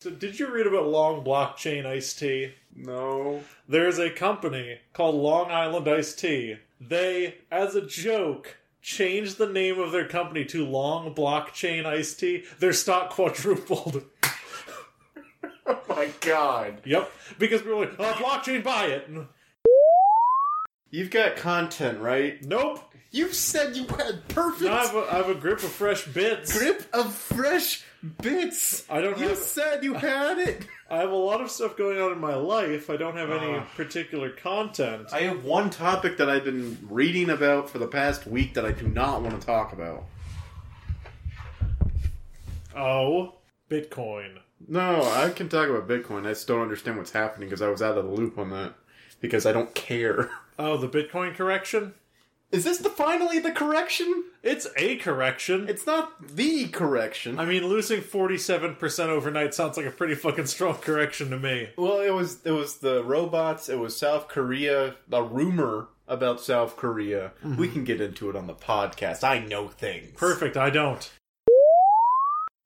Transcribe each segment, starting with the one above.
So, did you read about Long Blockchain Iced Tea? No. There's a company called Long Island Iced Tea. They, as a joke, changed the name of their company to Long Blockchain Iced Tea. Their stock quadrupled. Oh my god. yep, because people were like, oh, blockchain, buy it. And, You've got content, right? nope, You said you had I perfect have, a, I have a grip of fresh bits. grip of fresh bits. I don't You have- said you had it. I have a lot of stuff going on in my life. I don't have any Ah. particular content. I have one topic that I've been reading about for the past week that I do not want to talk about. Oh, Bitcoin. No, I can talk about Bitcoin. I just don't understand what's happening because I was out of the loop on that because I don't care. Oh, the Bitcoin correction? Is this the finally the correction? It's a correction. It's not the correction. I mean, losing 47% overnight sounds like a pretty fucking strong correction to me. well, it was it was the robots. It was South Korea. A rumor about South Korea. We can get into it on the podcast. I know things. Perfect, I don't.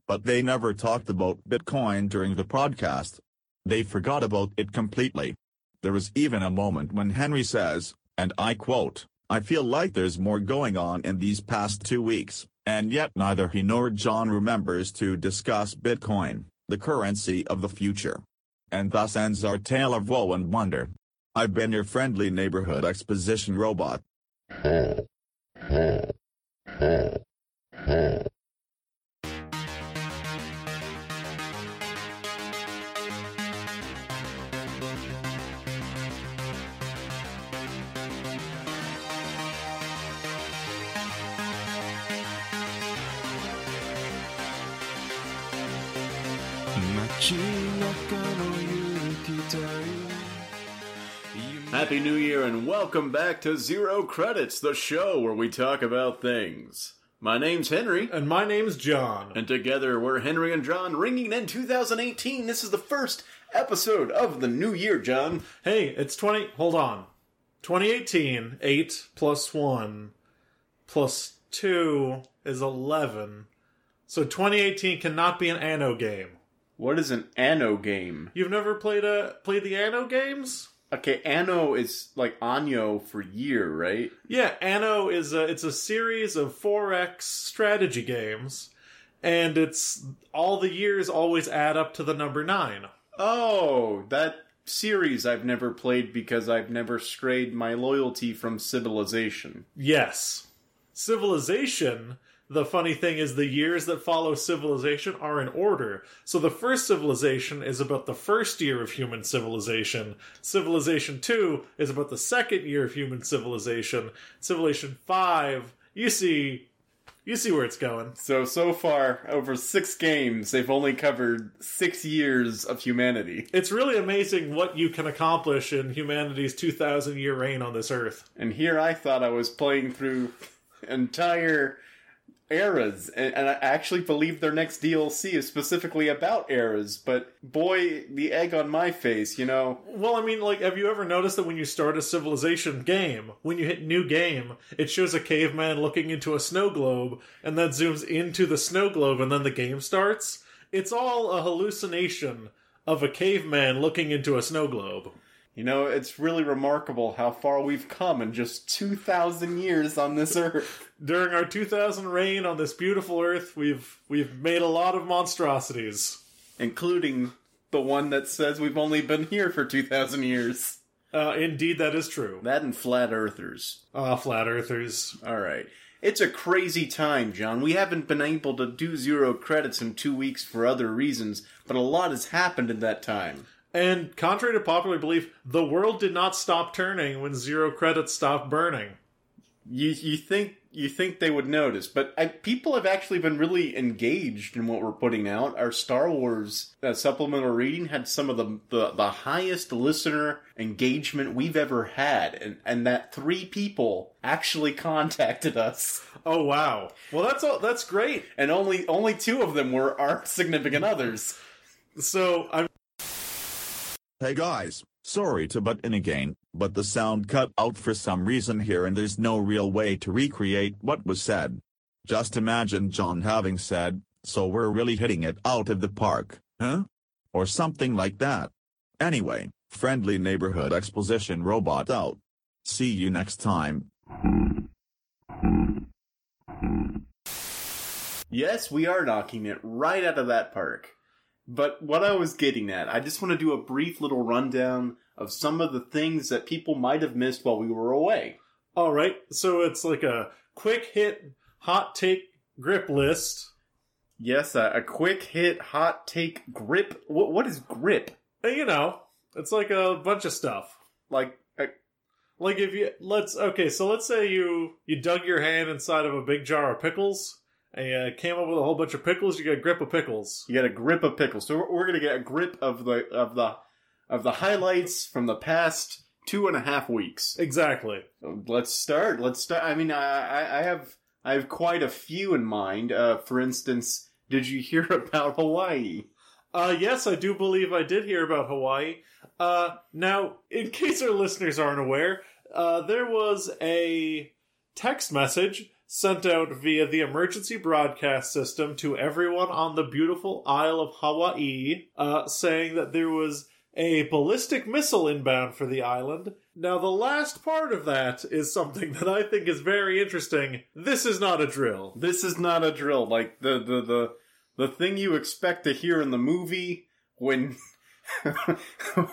but they never talked about Bitcoin during the podcast. They forgot about it completely. There is even a moment when Henry says, and I quote, I feel like there's more going on in these past two weeks, and yet neither he nor John remembers to discuss Bitcoin, the currency of the future. And thus ends our tale of woe and wonder. I've been your friendly neighborhood exposition robot. Happy New Year and welcome back to Zero Credits, the show where we talk about things. My name's Henry. And my name's John. And together we're Henry and John ringing in 2018. This is the first episode of the new year, John. Hey, it's 20. Hold on. 2018, 8 plus 1 plus 2 is 11. So 2018 cannot be an Anno game. What is an Anno game? You've never played a played the Anno games? Okay, Anno is like Anyo for year, right? Yeah, Anno is a, it's a series of 4x strategy games, and it's all the years always add up to the number nine. Oh, that series I've never played because I've never strayed my loyalty from civilization. Yes, civilization. The funny thing is, the years that follow civilization are in order. So the first civilization is about the first year of human civilization. Civilization two is about the second year of human civilization. Civilization five, you see, you see where it's going. So, so far, over six games, they've only covered six years of humanity. It's really amazing what you can accomplish in humanity's 2,000 year reign on this earth. And here I thought I was playing through entire eras, and, and I actually believe their next DLC is specifically about eras, but boy, the egg on my face, you know. Well, I mean, like, have you ever noticed that when you start a civilization game, when you hit new game, it shows a caveman looking into a snow globe, and then zooms into the snow globe, and then the game starts? It's all a hallucination of a caveman looking into a snow globe. You know, it's really remarkable how far we've come in just 2,000 years on this earth. During our 2000 reign on this beautiful earth, we've we've made a lot of monstrosities. Including the one that says we've only been here for 2,000 years. Uh, indeed, that is true. That and flat earthers. Ah, flat earthers. All right. It's a crazy time, John. We haven't been able to do zero credits in two weeks for other reasons, but a lot has happened in that time. And contrary to popular belief, the world did not stop turning when zero credits stopped burning. You you think you think they would notice, but I, people have actually been really engaged in what we're putting out. Our Star Wars uh, supplemental reading had some of the, the the highest listener engagement we've ever had, and and that three people actually contacted us, Oh wow! Well, that's all. That's great. and only only two of them were our significant others. So I'm Hey guys, sorry to butt in again, but the sound cut out for some reason here and there's no real way to recreate what was said. Just imagine John having said, so we're really hitting it out of the park, huh? or something like that. Anyway, friendly neighborhood exposition robot out. See you next time. Yes, we are knocking it right out of that park. But what I was getting at, I just want to do a brief little rundown of some of the things that people might have missed while we were away. All right, so it's like a quick hit, hot take grip list. Yes, a, a quick hit, hot take, grip. What, what is grip? And, you know, it's like a bunch of stuff. Like, uh, Like if you let's okay, so let's say you you dug your hand inside of a big jar of pickles and you came up with a whole bunch of pickles. You got a grip of pickles. you got a grip of pickles. So we're, we're gonna get a grip of the of the of the highlights from the past two and a half weeks. Exactly. Let's start. Let's start. I mean, I, I- I have I have quite a few in mind. Uh, for instance, did you hear about Hawaii? Uh, yes, I do believe I did hear about Hawaii. Uh, now, in case our listeners aren't aware, uh, there was a text message sent out via the emergency broadcast system to everyone on the beautiful Isle of Hawaii, uh, saying that there was a ballistic missile inbound for the island. Now, the last part of that is something that I think is very interesting. This is not a drill. This is not a drill. Like the the the the thing you expect to hear in the movie when. It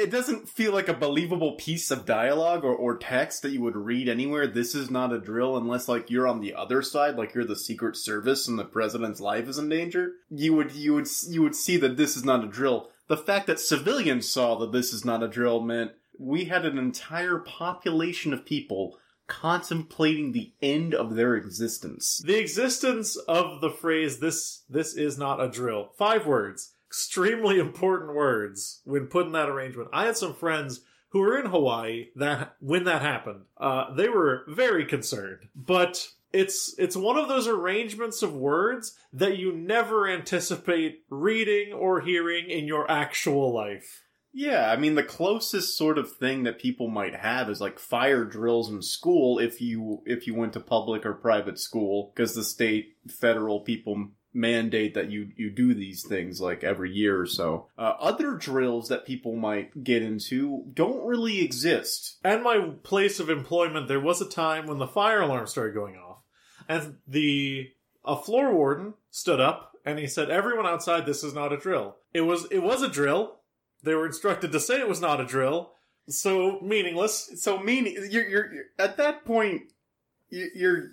it doesn't feel like a believable piece of dialogue or, or text that you would read anywhere. This is not a drill unless like you're on the other side, like you're the Secret Service and the president's life is in danger. You would you would you would see that this is not a drill. The fact that civilians saw that this is not a drill meant we had an entire population of people contemplating the end of their existence. The existence of the phrase this this is not a drill. Five words. Extremely important words when put in that arrangement. I had some friends who were in Hawaii that when that happened. Uh, they were very concerned. But it's it's one of those arrangements of words that you never anticipate reading or hearing in your actual life. Yeah, I mean the closest sort of thing that people might have is like fire drills in school if you if you went to public or private school because the state federal people mandate that you you do these things like every year or so. Uh, other drills that people might get into don't really exist. And my place of employment, there was a time when the fire alarm started going off, and the a floor warden stood up and he said, "Everyone outside, this is not a drill. It was it was a drill. They were instructed to say it was not a drill, so meaningless." So meaning you're, you're, you're at that point you- you're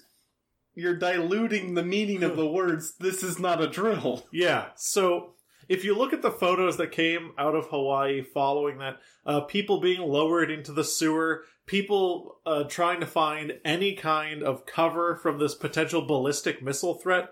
you're diluting the meaning of the words. This is not a drill. Yeah. So if you look at the photos that came out of Hawaii following that, uh, people being lowered into the sewer, people uh, trying to find any kind of cover from this potential ballistic missile threat,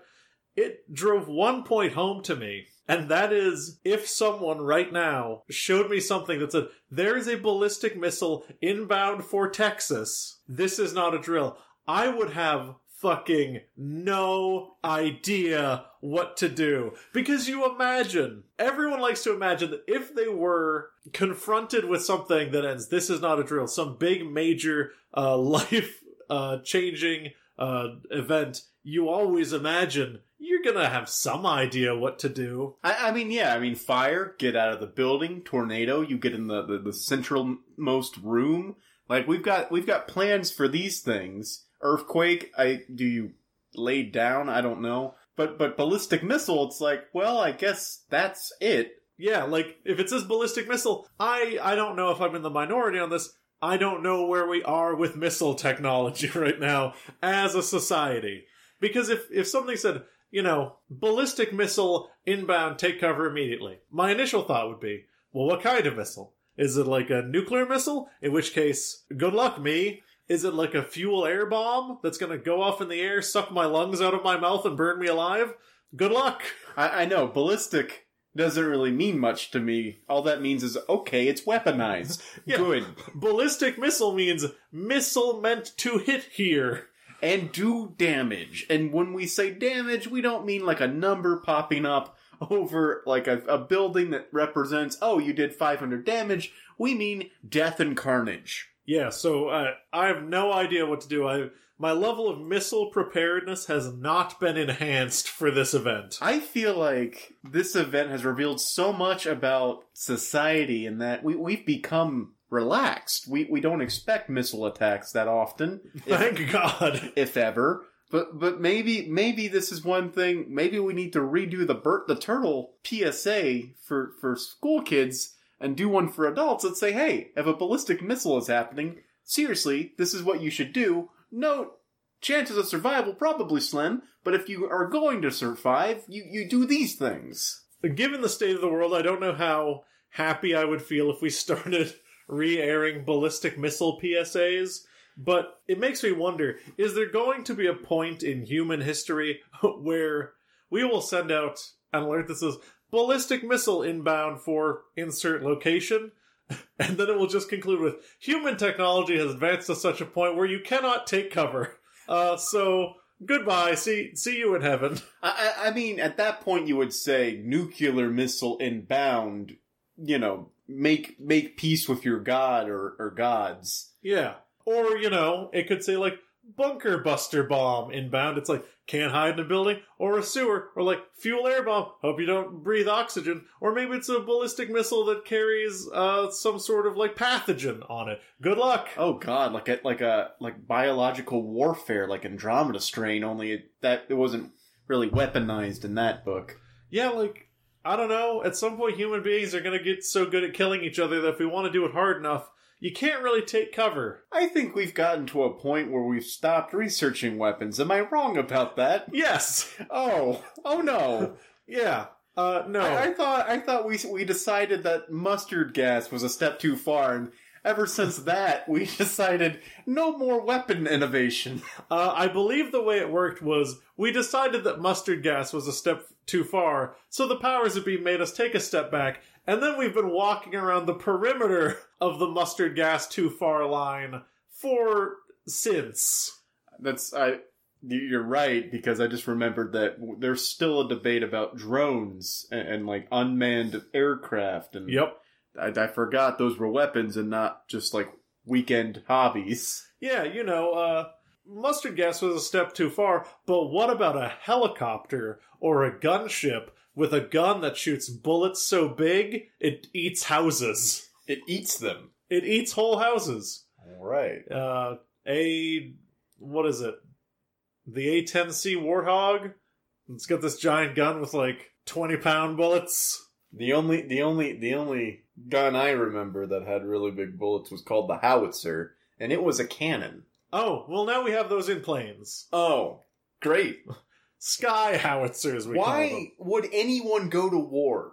it drove one point home to me. And that is if someone right now showed me something that said, there is a ballistic missile inbound for Texas, this is not a drill, I would have fucking no idea what to do. Because you imagine, everyone likes to imagine that if they were confronted with something that ends, this is not a drill, some big major uh, life uh, changing uh, event, you always imagine you're gonna have some idea what to do. I, I mean, yeah, I mean, fire, get out of the building, tornado, you get in the, the, the centralmost room. Like we've got we've got plans for these things. Earthquake, I do you lay down? I don't know. But but ballistic missile, it's like, well, I guess that's it. Yeah, like if it says ballistic missile, I I don't know if I'm in the minority on this. I don't know where we are with missile technology right now as a society. Because if if something said, you know, ballistic missile inbound, take cover immediately. My initial thought would be, well, what kind of missile? Is it like a nuclear missile? In which case, good luck me. Is it like a fuel air bomb that's going to go off in the air, suck my lungs out of my mouth, and burn me alive? Good luck. I, I know ballistic doesn't really mean much to me. All that means is okay, it's weaponized. Yeah. Good. Ballistic missile means missile meant to hit here. and do damage. And when we say damage, we don't mean like a number popping up over like a, a building that represents, oh, you did 500 damage. We mean death and carnage. Yeah, so uh, I have no idea what to do. I my level of missile preparedness has not been enhanced for this event. I feel like this event has revealed so much about society in that we, we've become relaxed. We, we don't expect missile attacks that often, if, Thank God. if ever. But but maybe maybe this is one thing. Maybe we need to redo the Bert the Turtle PSA for for school kids and do one for adults and say, hey, if a ballistic missile is happening, seriously, this is what you should do. No chances of survival probably slim, but if you are going to survive, you you do these things. Given the state of the world, I don't know how happy I would feel if we started re-airing ballistic missile PSAs. But it makes me wonder: Is there going to be a point in human history where we will send out an alert that says "ballistic missile inbound for insert location"? And then it will just conclude with human technology has advanced to such a point where you cannot take cover. Uh, so goodbye. See see you in heaven. I, I I mean, at that point, you would say nuclear missile inbound. You know, make make peace with your god or, or gods. Yeah. Or, you know, it could say like bunker buster bomb inbound. It's like can't hide in a building or a sewer or like fuel air bomb. Hope you don't breathe oxygen. Or maybe it's a ballistic missile that carries uh, some sort of like pathogen on it. Good luck. Oh God, like a like a like biological warfare, like Andromeda Strain. Only it, that it wasn't really weaponized in that book. Yeah, like I don't know. At some point, human beings are gonna get so good at killing each other that if we want to do it hard enough, you can't really take cover. I think we've gotten to a point where we've stopped researching weapons. Am I wrong about that? Yes. Oh, oh no. Yeah. Uh, no. I, I thought I thought we we decided that mustard gas was a step too far, and ever since that we decided no more weapon innovation. Uh, I believe the way it worked was we decided that mustard gas was a step too far, so the powers that be made us take a step back, and then we've been walking around the perimeter of the mustard gas too far line for since. That's I. you- You're right because I just remembered that w- there's still a debate about drones and, and like unmanned aircraft, and Yep. I, I forgot those were weapons and not just like weekend hobbies. Yeah, you know, uh, mustard gas was a step too far, but what about a helicopter or a gunship with a gun that shoots bullets so big it eats houses? It eats them. It eats whole houses. All right. uh, a what is it? The A10C Warthog. It's got this giant gun with like twenty pound bullets. The only the only the only gun I remember that had really big bullets was called the howitzer, and it was a cannon. Oh well, now we have those in planes. Oh, great! Sky howitzers. We Why? Call them. Why would anyone go to war?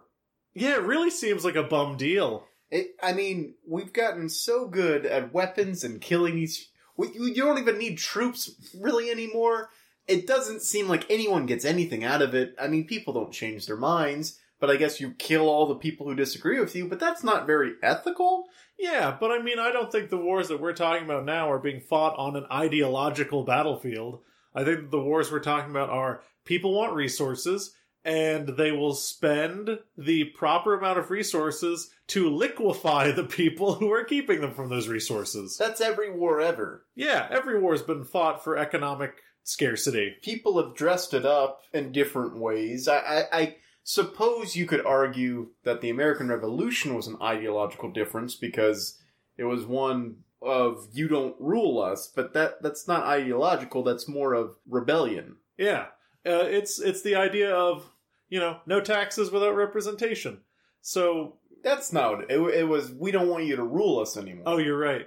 Yeah, it really seems like a bum deal. It, I mean, we've gotten so good at weapons and killing each. We, you you don't even need troops really anymore. It doesn't seem like anyone gets anything out of it. I mean, people don't change their minds, but I guess you kill all the people who disagree with you. But that's not very ethical. Yeah, but I mean, I don't think the wars that we're talking about now are being fought on an ideological battlefield. I think the wars we're talking about are people want resources, and they will spend the proper amount of resources to liquefy the people who are keeping them from those resources. That's every war ever. Yeah, every war has been fought for economic scarcity. people have dressed it up in different ways. I, I, I suppose you could argue that the American Revolution was an ideological difference because it was one of you don't rule us, but that that's not ideological. That's more of rebellion. Yeah, uh, it's it's the idea of you know no taxes without representation. So, That's not it. It was we don't want you to rule us anymore oh, you're right.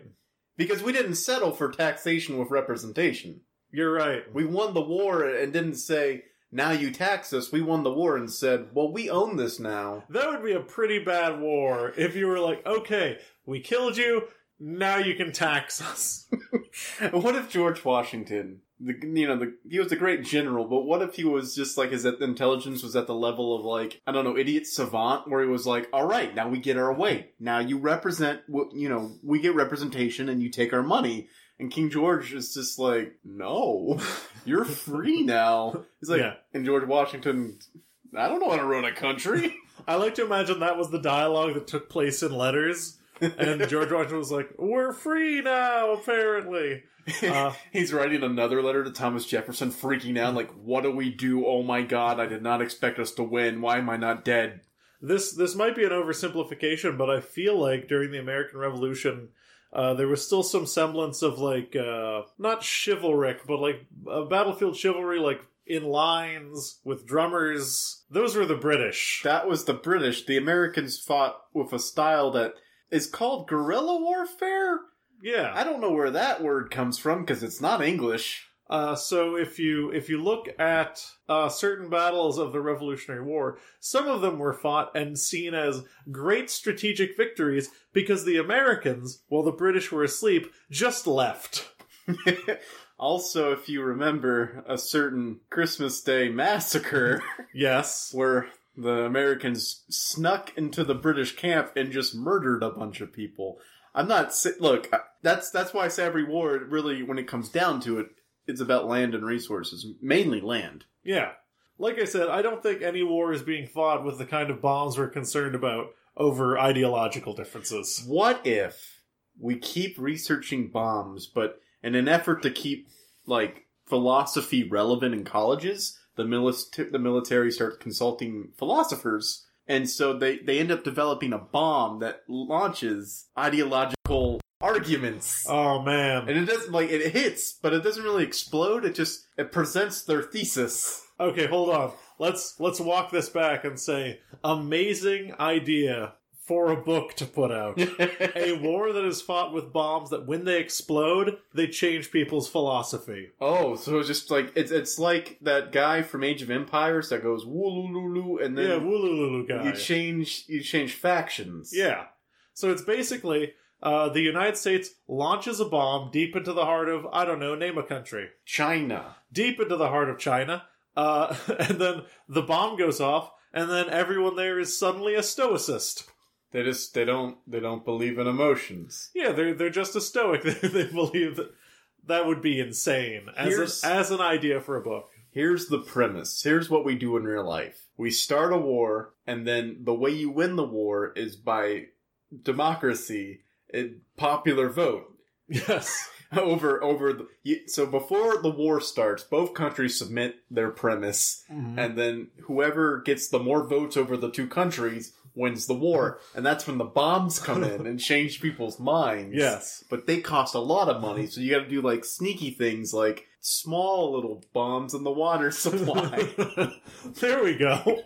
because we didn't settle for taxation with representation. You're right. We won the war and didn't say now you tax us. We won the war and said, well, we own this now. That would be a pretty bad war if you were like, okay, we killed you, now you can tax us. what if George Washington, the, you know, the, he was a great general, but what if he was just like his intelligence was at the level of like I don't know, idiot savant, where he was like, all right, now we get our way. Now you represent, wh- you know, we get representation, and you take our money. And King George is just like, no, you're free now. He's like, Yeah. and George Washington, I don't know how to run a country. I like to imagine that was the dialogue that took place in letters, and George Washington was like, "We're free now, apparently." Uh, He's writing another letter to Thomas Jefferson, freaking out, like, what do we do? Oh my god, I did not expect us to win. Why am I not dead? this this might be an oversimplification, but I feel like during the American Revolution, uh, there was still some semblance of like uh, not chivalric, but like uh, battlefield chivalry, like in lines with drummers. Those were the British. That was the British. The Americans fought with a style that is called guerrilla warfare? yeah. I don't know where that word comes from because it's not English. Uh, so if you if you look at uh, certain battles of the Revolutionary War, some of them were fought and seen as great strategic victories because the Americans, while the British were asleep, just left. also, if you remember a certain Christmas Day massacre Yes. where the Americans snuck into the British camp and just murdered a bunch of people. I'm not sa- look. I- That's that's why I say every war really, when it comes down to it, it's about land and resources, mainly land. Yeah. Like I said, I don't think any war is being fought with the kind of bombs we're concerned about over ideological differences. What if we keep researching bombs, but in an effort to keep like philosophy relevant in colleges, the, milit- the military starts consulting philosophers, and so they they end up developing a bomb that launches ideological arguments. Oh man. and it doesn't like it hits, but it doesn't really explode. It just it presents their thesis. Okay, hold on. Let's let's walk this back and say amazing idea for a book to put out. a war that is fought with bombs that when they explode they change people's philosophy oh, so it's just like it's it's like that guy from Age of Empires that goes woo and yeah then woolululu guy you change you change factions. yeah so it's basically uh, the united states launches a bomb deep into the heart of i don't know name a country China. deep into the heart of china uh, and then the bomb goes off and then everyone there is suddenly a stoicist They just they don't they don't believe in emotions. yeah they're, they're just a stoic they, they believe that that would be insane as, Here's- an, as an idea for a book Here's the premise. Here's what we do in real life. We start a war, and then the way you win the war is by democracy, eh, popular vote. yes over over the, you- so before the war starts both countries submit their premise and then whoever gets the more votes over the two countries wins the war and that's when the bombs come in and change people's minds yes but they cost a lot of money so you got to do like sneaky things like small little bombs in the water supply there we go.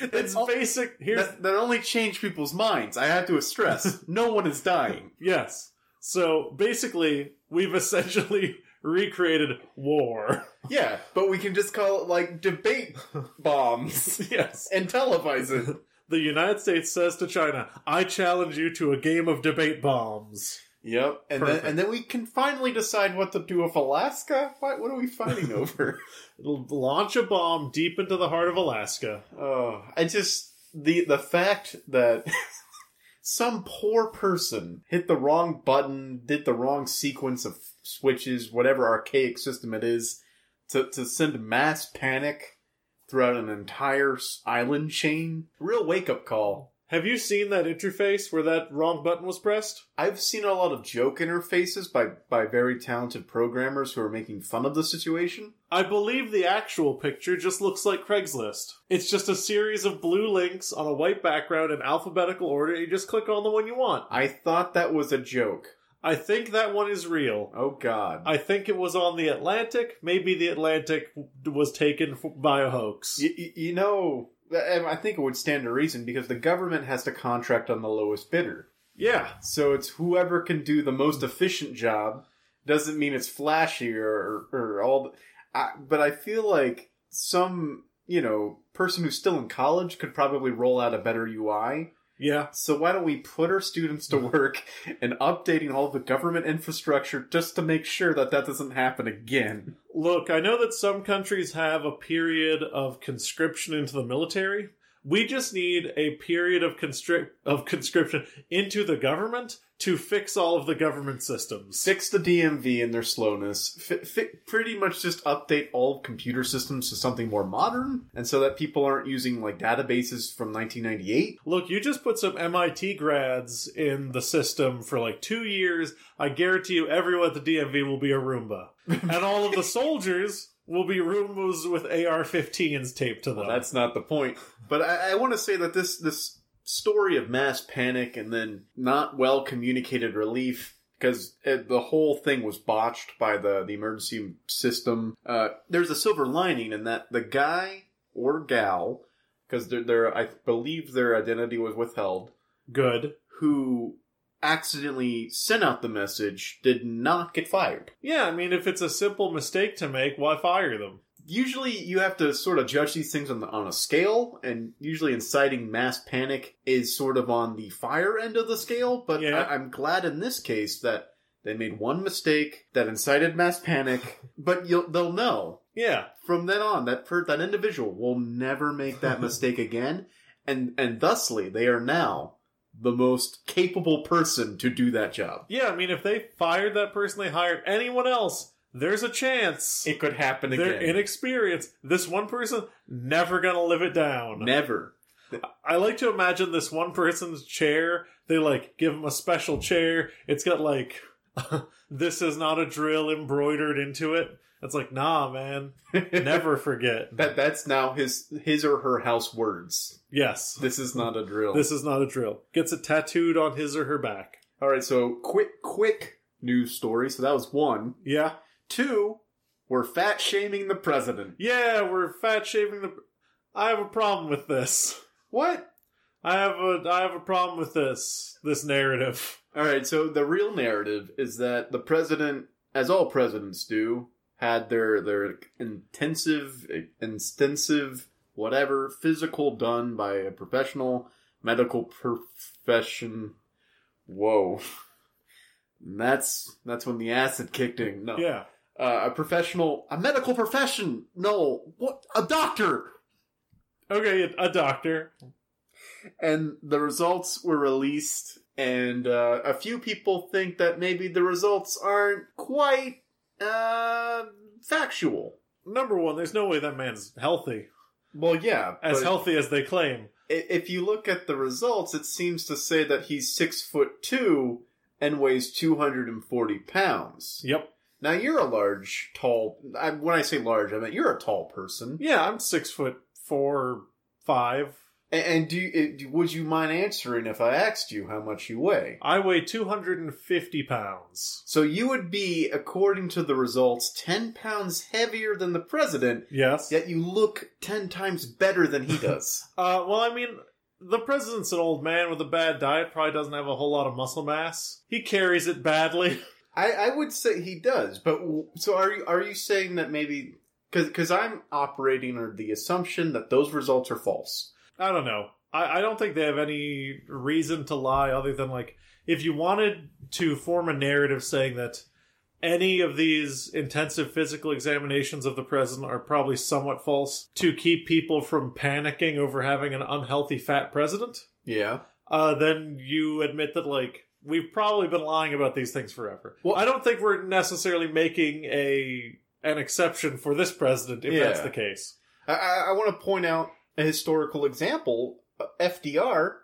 It's all- basic. Here's that, that only change people's minds i have to stress no one is dying yes. So basically, we've essentially recreated war. yeah but we can just call it like debate bombs Yes. and televise it The United States says to China, "I challenge you to a game of debate bombs." Yep, and Perfect. then and then we can finally decide what to do with Alaska. What, what are we fighting over? L- Launch a bomb deep into the heart of Alaska. oh, I just the the fact that some poor person hit the wrong button, did the wrong sequence of switches, whatever archaic system it is, to to send mass panic throughout an entire s- island chain. Real wake up call. Have you seen that interface where that wrong button was pressed? I've seen a lot of joke interfaces by by very talented programmers who are making fun of the situation. I believe the actual picture just looks like Craigslist. It's just a series of blue links on a white background in alphabetical order. You just click on the one you want. I thought that was a joke. I think that one is real. Oh God! I think it was on the Atlantic. Maybe the Atlantic was taken f- by a hoax. Y- y- you know, I I think it would stand to reason because the government has to contract on the lowest bidder. yeah. So it's whoever can do the most efficient job. Doesn't mean it's flashy or, or all. The, I, but I feel like some you know person who's still in college could probably roll out a better UI. Yeah. So why don't we put our students to work in updating all the government infrastructure just to make sure that that doesn't happen again? Look, I know that some countries have a period of conscription into the military, We just need a period of constrict of conscription into the government to fix all of the government systems. Fix the DMV and their slowness. Fi fi pretty much just update all computer systems to something more modern, and so that people aren't using like databases from 1998. Look, you just put some MIT grads in the system for like two years. I guarantee you, everyone at the DMV will be a Roomba, and all of the soldiers will be Roombas with AR-15s taped to them. That's not the point. But I, I want to say that this this story of mass panic and then not well communicated relief because it, the whole thing was botched by the the emergency system. Uh, there's a silver lining in that the guy or gal, because their their I believe their identity was withheld, good. who accidentally sent out the message did not get fired. Yeah, I mean, if it's a simple mistake to make, why fire them? usually you have to sort of judge these things on, the, on a scale and usually inciting mass panic is sort of on the fire end of the scale but Yeah. I, i'm glad in this case that they made one mistake that incited mass panic but you'll, they'll know Yeah, from then on that per, that individual will never make that mistake again and and thusly they are now the most capable person to do that job yeah. I mean, if they fired that person, they hired anyone else. There's a chance it could happen they're again inexperienced. This one person never gonna live it down. never I like to imagine this one person's chair. They like give him a special chair. It's got like, this is not a drill embroidered into it. It's like, nah, man, never forget. that that's now his his or her house words Yes, This is not a drill. this is not a drill. Gets it tattooed on his or her back. All right, so quick, quick news story. So that was one. Yeah, Two, we're fat shaming the president. yeah. We're fat shaving the. I have a problem with this. What? I have a I have a problem with this this narrative. All right, so the real narrative is that the president, as all presidents do, had their their intensive, extensive, whatever physical done by a professional medical profession. Whoa, that's that's when the acid kicked in. No, Yeah, uh, a professional, a medical profession. No, what a doctor. okay. A doctor. And the results were released, and uh, a few people think that maybe the results aren't quite uh, factual. Number one, there's no way that man's healthy. Well, yeah, as but healthy as they claim. i- if you look at the results, it seems to say that he's six foot two and weighs two hundred and forty pounds. Yep. Now you're a large, tall. I, when I say large, I mean you're a tall person. Yeah, I'm six foot four, five. And, and do you, uh, would you mind answering if I asked you how much you weigh? I weigh 250 pounds. So you would be, according to the results, ten pounds heavier than the president. Yes. Yet you look ten times better than he does. Uh, well, I mean, the president's an old man with a bad diet, probably doesn't have a whole lot of muscle mass. He carries it badly. I, I would say he does, but w- so are you? Are you saying that maybe because I'm operating under the assumption that those results are false? I don't know. I, I don't think they have any reason to lie other than, like, if you wanted to form a narrative saying that any of these intensive physical examinations of the president are probably somewhat false to keep people from panicking over having an unhealthy fat president, Yeah. uh, then you admit that, like, we've probably been lying about these things forever. Well- Well, I don't think we're necessarily making a an exception for this president if that's Yeah. the case. I, I, I want to point out a historical example. Uh, FDR,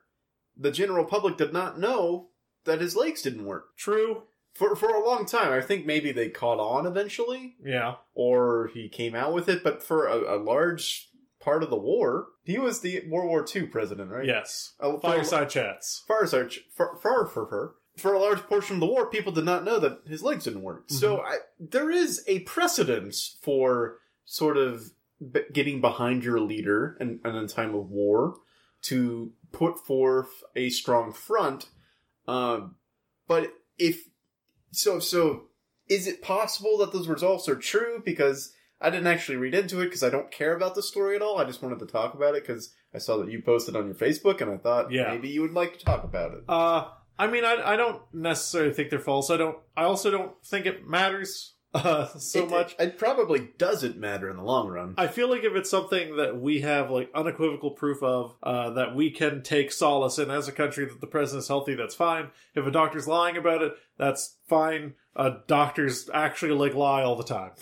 the general public did not know that his legs didn't work True. for for a long time. I think maybe they caught on eventually, Yeah. or he came out with it. But for a, a large part of the war, he was the World War II president, right? Yes. Uh, for a- Fireside chats. far as our ch- far, far for her for a large portion of the war people did not know that his legs didn't work so I, there is a precedence for sort of b- getting behind your leader in, in a time of war to put forth a strong front um, but if so so is it possible that those results are true because i didn't actually read into it because i don't care about the story at all i just wanted to talk about it because i saw that you posted on your facebook and i thought Yeah. maybe you would like to talk about it Uh, I mean, I, I don't necessarily think they're false. I don't. I also don't think it matters. uh, so It- much. It, it probably doesn't matter in the long run. I feel like if it's something that we have like unequivocal proof of, uh, that we can take solace in as a country that the president is healthy, that's fine. If a doctor's lying about it, that's fine. Uh, doctors actually like lie all the time.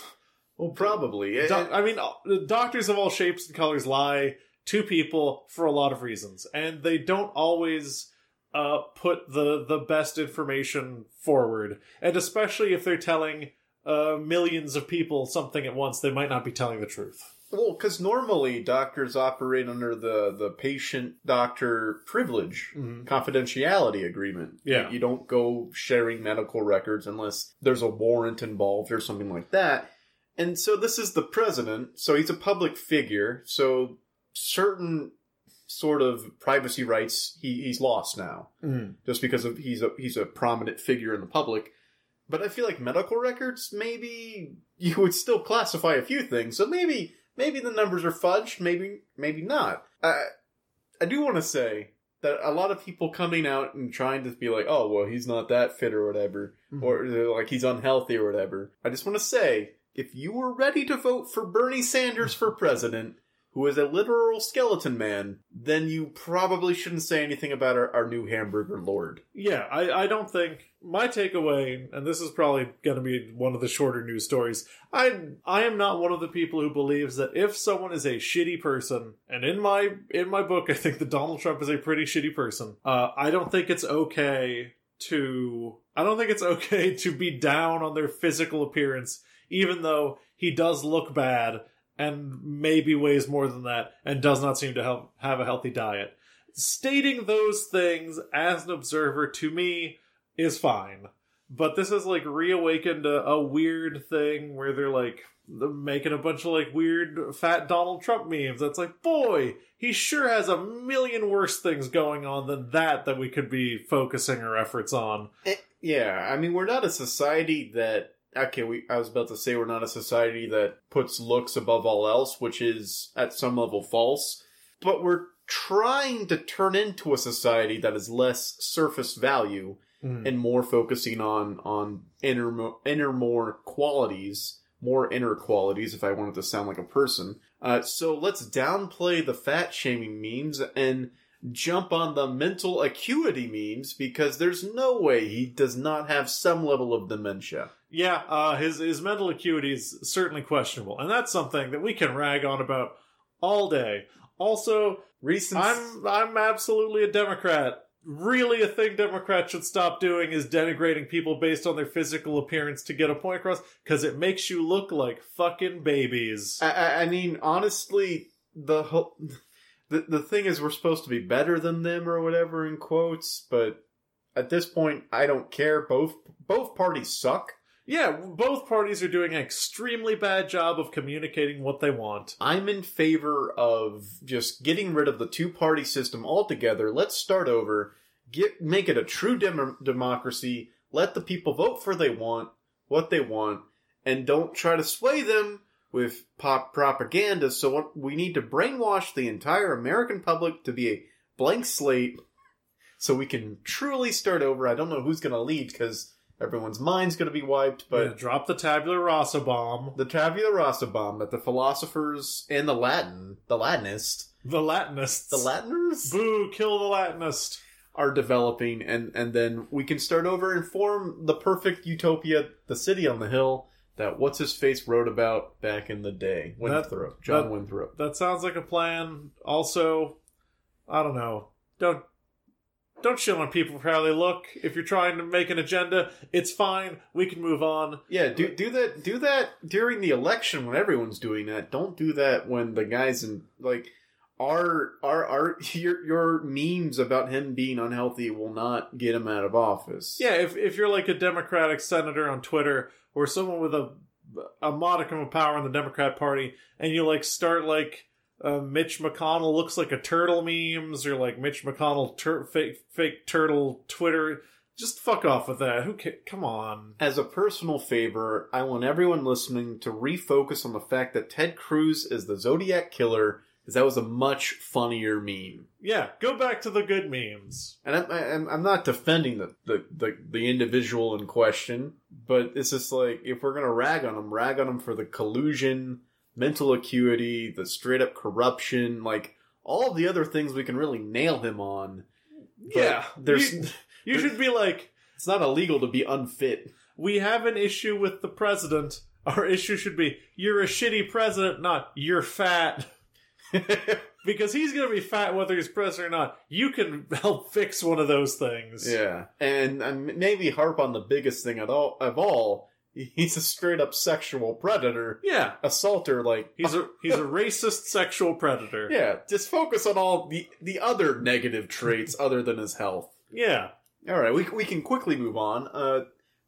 well, probably. Do- And- I mean, uh, doctors of all shapes and colors lie to people for a lot of reasons, and they don't always uh, put the the best information forward. And especially if they're telling uh, millions of people something at once, they might not be telling the truth. Well, because normally doctors operate under the, the patient doctor privilege Mhm. confidentiality agreement. Yeah. You don't go sharing medical records unless there's a warrant involved or something like that. And so this is the president, so he's a public figure, so certain sort of privacy rights he, he's lost now just because of he's a he's a prominent figure in the public. But I feel like medical records, maybe you would still classify a few things. So maybe maybe the numbers are fudged. Maybe maybe not. I I do want to say that a lot of people coming out and trying to be like, oh well, he's not that fit or whatever, Mhm. or they're like he's unhealthy or whatever. I just want to say, if you were ready to vote for Bernie Sanders for president. Who is a literal skeleton man? Then you probably shouldn't say anything about our, our new hamburger lord. Yeah, I, I don't think my takeaway, and this is probably going to be one of the shorter news stories. I I am not one of the people who believes that if someone is a shitty person, and in my in my book, I think that Donald Trump is a pretty shitty person. Uh, I don't think it's okay to I don't think it's okay to be down on their physical appearance, even though he does look bad and maybe weighs more than that and does not seem to help, have a healthy diet stating those things as an observer to me is fine. But this has like reawakened a, a weird thing where they're like making a bunch of like weird fat Donald Trump memes. That's like, boy, he sure has a million worse things going on than that that we could be focusing our efforts on. Yeah, I mean, we're not a society that. Okay, we. I was about to say we're not a society that puts looks above all else, which is at some level false. But we're trying to turn into a society that is less surface value Mm-hmm. and more focusing on on inner mo- inner more qualities, more inner qualities. If I wanted to sound like a person, uh, so let's downplay the fat shaming memes and jump on the mental acuity memes because there's no way he does not have some level of dementia. Yeah, uh, his his mental acuity is certainly questionable, and that's something that we can rag on about all day. Also, Recent, I'm I'm absolutely a Democrat. Really, a thing Democrats should stop doing is denigrating people based on their physical appearance to get a point across, because it makes you look like fucking babies. I, I, I mean, honestly, the whole. The, the thing is, we're supposed to be better than them or whatever in quotes, but at this point, I don't care. Both both parties suck. yeah, both parties are doing an extremely bad job of communicating what they want. I'm in favor of just getting rid of the two party system altogether. Let's start over. Get make it a true dem- democracy. Let the people vote for they want what they want, and don't try to sway them with pop propaganda. So what, we need to brainwash the entire American public to be a blank slate, so we can truly start over. I don't know who's going to lead because everyone's mind's going to be wiped, but. But drop the tabular rasa bomb. The tabula rasa bomb that the philosophers and the Latin, the Latinist, The Latinists. the Latiners Boo! Kill the Latinist. are developing, and and then we can start over and form the perfect utopia, the city on the hill that what's his face wrote about back in the day, Winthrop, John that- Winthrop. That sounds like a plan. Also, I don't know. Don't don't shit on people for how they look. If you're trying to make an agenda, it's fine. We can move on. Yeah, do do that. Do that during the election when everyone's doing that. Don't do that when the guys in like our our our your your memes about him being unhealthy will not get him out of office. Yeah, if if you're like a Democratic senator on Twitter or someone with a a modicum of power in the Democrat Party, and you like start like uh, Mitch McConnell looks like a turtle memes or like Mitch McConnell tur- fake fake turtle Twitter. Just fuck off with that. Who ca- come on? As a personal favor, I want everyone listening to refocus on the fact that Ted Cruz is the Zodiac killer because that was a much funnier meme. Yeah, go back to the good memes. And I'm, I'm, I'm not defending the, the, the, the individual in question, but it's just like, if we're going to rag on them, rag on them for the collusion, mental acuity, the straight up corruption, like all the other things we can really nail him on. But yeah, There's, you, you should be like, it's not illegal to be unfit. we have an issue with the president. Our issue should be, you're a shitty president, not you're fat. Because he's going to be fat whether he's president or not. You can help fix one of those things. yeah. And, and maybe harp on the biggest thing at all, of all. He's a straight up sexual predator, Yeah. assaulter, like uh, He's a he's a racist sexual predator. Yeah, just focus on all the the other negative traits other than his health. Yeah. All right, we we can quickly move on. Uh,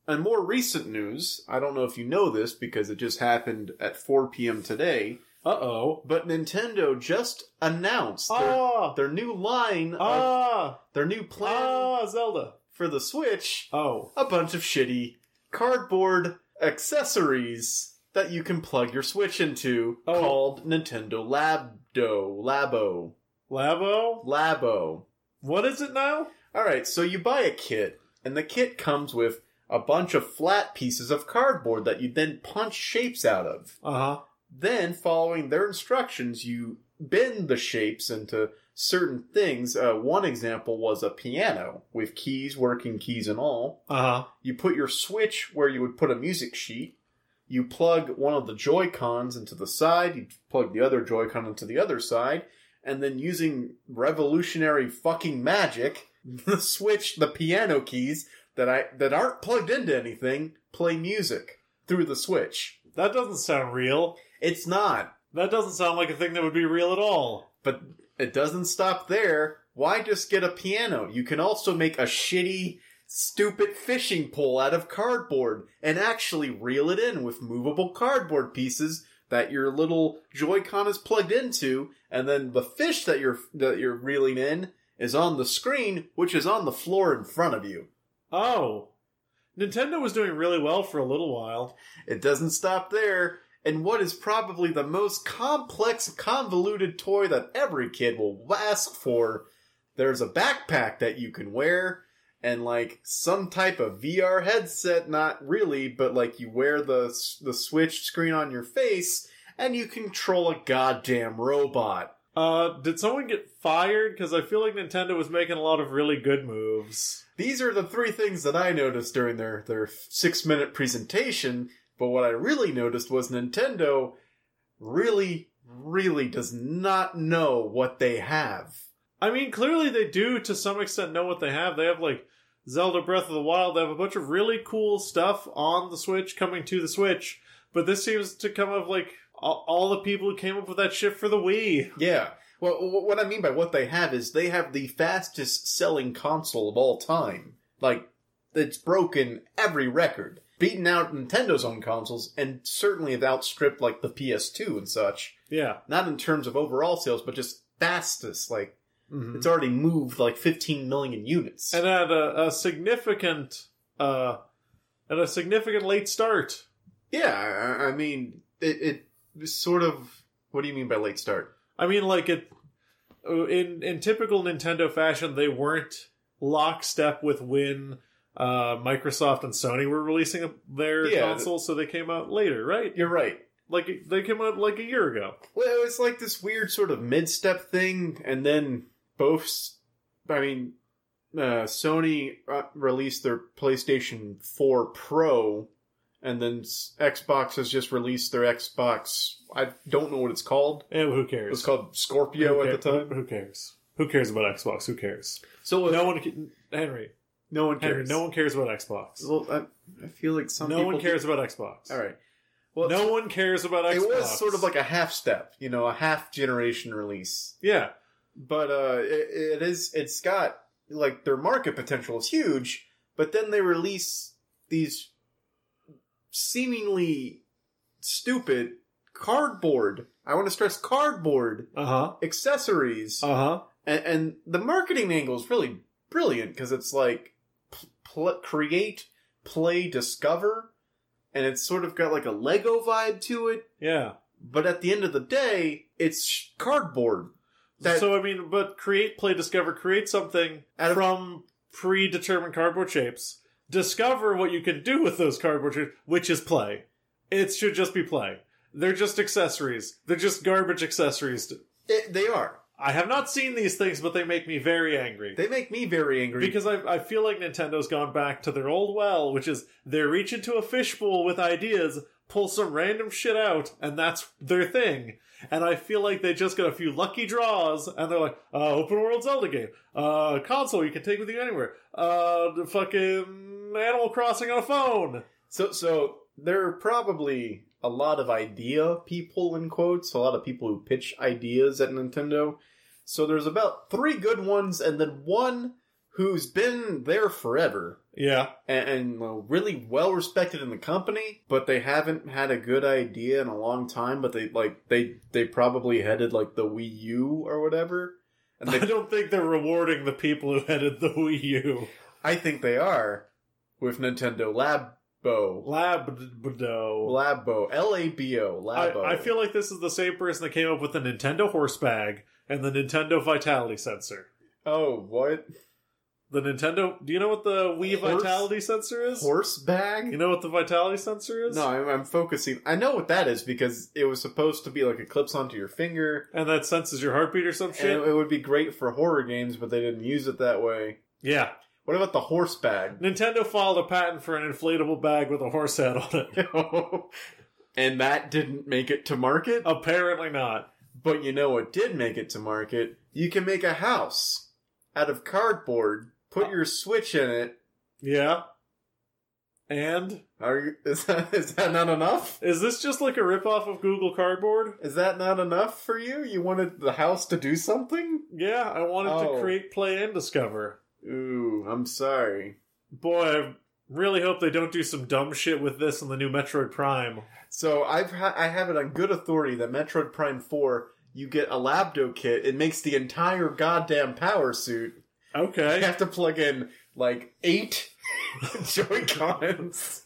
on more recent news, I don't know if you know this because it just happened at 4 p.m. today, Uh-oh. but Nintendo just announced their, Ah. their new line, of, Ah. their new plan Ah, Zelda. for the Switch, Oh. a bunch of shitty cardboard accessories that you can plug your Switch into Oh. called Nintendo Labdo, Labo, Labo? Labo. What is it now? All right, so you buy a kit, and the kit comes with a bunch of flat pieces of cardboard that you then punch shapes out of. Uh-huh. Then, following their instructions, you bend the shapes into certain things. Uh, one example was a piano with keys, working keys, and all. Uh-huh. You put your switch where you would put a music sheet. You plug one of the Joy Cons into the side. You plug the other Joy Con into the other side, and then using revolutionary fucking magic, the switch, the piano keys that I that aren't plugged into anything, play music through the switch. That doesn't sound real. It's not, That doesn't sound like a thing that would be real at all. but it doesn't stop there. Why just get a piano? You can also make a shitty, stupid fishing pole out of cardboard and actually reel it in with movable cardboard pieces that your little Joy-Con is plugged into, and then the fish that you're that you're reeling in is on the screen, which is on the floor in front of you. Oh. Nintendo was doing really well for a little while. It doesn't stop there. And what is probably the most complex, convoluted toy that every kid will ask for, there's a backpack that you can wear and like some type of VR headset, not really, but like you wear the the Switch screen on your face and you control a goddamn robot. Uh, did someone get fired? Because I feel like Nintendo was making a lot of really good moves. These are the three things that I noticed during their, their six minute presentation, but what I really noticed was Nintendo really, really does not know what they have. I mean, clearly they do to some extent know what they have. They have like Zelda Breath of the Wild. They have a bunch of really cool stuff on the Switch coming to the Switch, but this seems to come of like all, all the people who came up with that shit for the Wii. Yeah. Well, wh- what I mean by what they have is they have the fastest selling console of all time. Like, it's broken every record, beaten out Nintendo's own consoles, and certainly have outstripped, like, the PS2 and such. Yeah. Not in terms of overall sales, but just fastest. Like, Mhm. It's already moved like 15 million units. And at a, a significant, uh, at a significant late start. yeah, I, I mean, it, it sort of. What do you mean by late start? I mean, like it in in typical Nintendo fashion, they weren't lockstep with when uh, Microsoft and Sony were releasing their Yeah. consoles, so they came out later, right? You're right. Like they came out like a year ago. Well, it's like this weird sort of mid step thing, and then both. s- I mean, uh, Sony uh, released their PlayStation 4 Pro, and then s- Xbox has just released their Xbox. I don't know what it's called. Eh, who It cares? was called Who Scorpio at cares? the time. Who cares? Who cares about Xbox? Who cares? So No one, ca- Henry. no one Henry, cares. no one cares about Xbox. Well, I, I feel like some No people one do- cares about Xbox. All right. Well, no one cares about Xbox. it was sort of like a half step, you know, a half generation release. yeah. But uh, it, it is, it's got like their market potential is huge. But then they release these seemingly stupid cardboard. I want to stress cardboard Uh huh. accessories, Uh huh. and, and the marketing angle is really brilliant because it's like p- pl- create, play, discover, and it's sort of got like a Lego vibe to it Yeah. But at the end of the day, it's cardboard. That- so I mean, but create, play, discover, create something Out of- from predetermined cardboard shapes. Discover what you can do with those cardboard shapes, which is play. It should just be play. They're just accessories. They're just garbage accessories. to- They, they are. I have not seen these things, but they make me very angry. They make me very angry. because I, I feel like Nintendo's gone back to their old well, which is they reach into a fishbowl with ideas, pull some random shit out, and that's their thing. And I feel like they just got a few lucky draws, and they're like, uh, open world Zelda game, uh, console you can take with you anywhere, uh, the fucking Animal Crossing on a phone. So, so there are probably a lot of idea people in quotes, a lot of people who pitch ideas at Nintendo. So there's about three good ones, and then one who's been there forever Yeah, and, and well, really well respected in the company, but they haven't had a good idea in a long time. But they like they they probably headed like the Wii U or whatever. And I they, don't think they're rewarding the people who headed the Wii U. I think they are with Nintendo Labo. Labdo. Labo. L A B O. Labo. I, I feel like this is the same person that came up with the Nintendo horse bag and the Nintendo vitality sensor. Oh, what? The Nintendo. Do you know what the Wii Horse- vitality sensor is? horse You bag? know what the vitality sensor is? No, I'm, I'm focusing. I know what that is because it was supposed to be like a clips onto your finger. And that senses your heartbeat or some shit. And it would be great for horror games, but they didn't use it that way. yeah. What about the horse bag? Nintendo filed a patent for an inflatable bag with a horse head on it. and that didn't make it to market? Oh. Apparently not. But you know what did make it to market? You can make a house out of cardboard, put your Switch in it. Yeah. And Are you, is, that, is that not enough? is this just like a ripoff of Google Cardboard? Is that not enough for you? You wanted the house to do something? Yeah, I wanted to Oh. create, play, and discover. Ooh, I'm sorry. Boy, I really hope they don't do some dumb shit with this in the new Metroid Prime. So I've ha- I have it on good authority that Metroid Prime Four, you get a Labdo kit. It makes the entire goddamn power suit. You Okay. have to plug in like eight Joy Cons.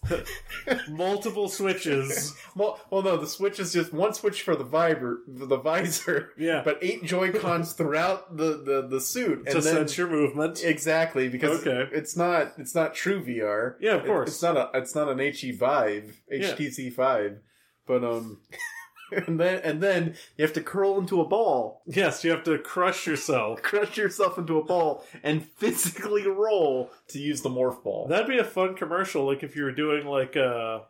Multiple switches. well, well, no, the switch is just one switch for the vibra- the visor, Yeah. but eight Joy Cons throughout the, the the suit, and to sense your movement. exactly because Okay. it's not it's not true VR. Yeah, of It- course. it's not a it's not an E HE Vive, Yeah. HTC Vive, but um, and then and then you have to curl into a ball, yes, you have to crush yourself. crush yourself into a ball, and physically roll to use the morph ball. That'd be a fun commercial, like if you were doing like uh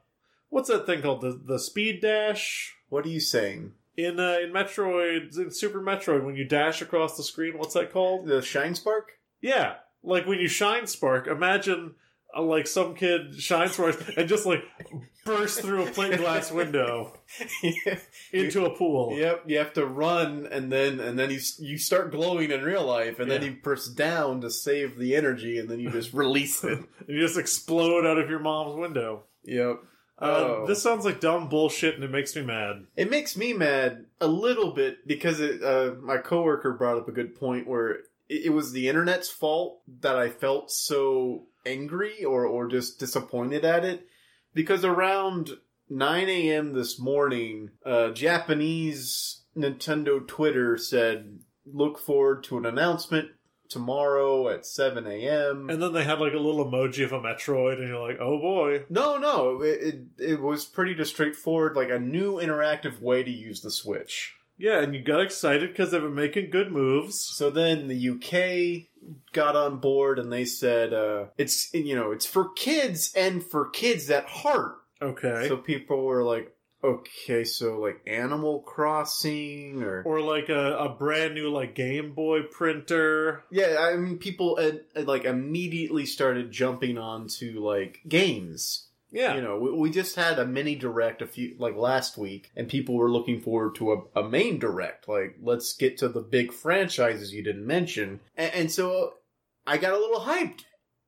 what's that thing called? The the speed dash? what are you saying? In uh, in Metroid in Super Metroid when you dash across the screen, what's that called? The shine spark? Yeah. Like when you shine spark, imagine uh, like some kid shine spark and just like burst through a plate glass window into a pool. Yep, you have to run, and then and then you s- you start glowing in real life, and Yeah. then you press down to save the energy, and then you just release it. And you just explode out of your mom's window. Yep. Uh, Oh. This sounds like dumb bullshit, and it makes me mad. It makes me mad a little bit because it, uh, my coworker brought up a good point where it, it was the internet's fault that I felt so angry or, or just disappointed at it. Because around 9 a.m. this morning, uh, Japanese Nintendo Twitter said, look forward to an announcement tomorrow at 7 a.m. And then they had like a little emoji of a Metroid, and you're like, oh boy. No, no, it, it, it was pretty just straightforward, like a new interactive way to use the Switch. Yeah, and you got excited because they've been making good moves. So then the UK got on board and they said uh, it's you know it's for kids and for kids at heart. Okay. So people were like, okay, so like Animal Crossing or, or like a, a brand new like Game Boy printer. yeah, I mean people uh, uh, like immediately started jumping on to like games. Yeah. You know, we, we just had a mini direct a few like last week, and people were looking forward to a, a main direct. Like, let's get to the big franchises you didn't mention, and, and so uh, I got a little hyped.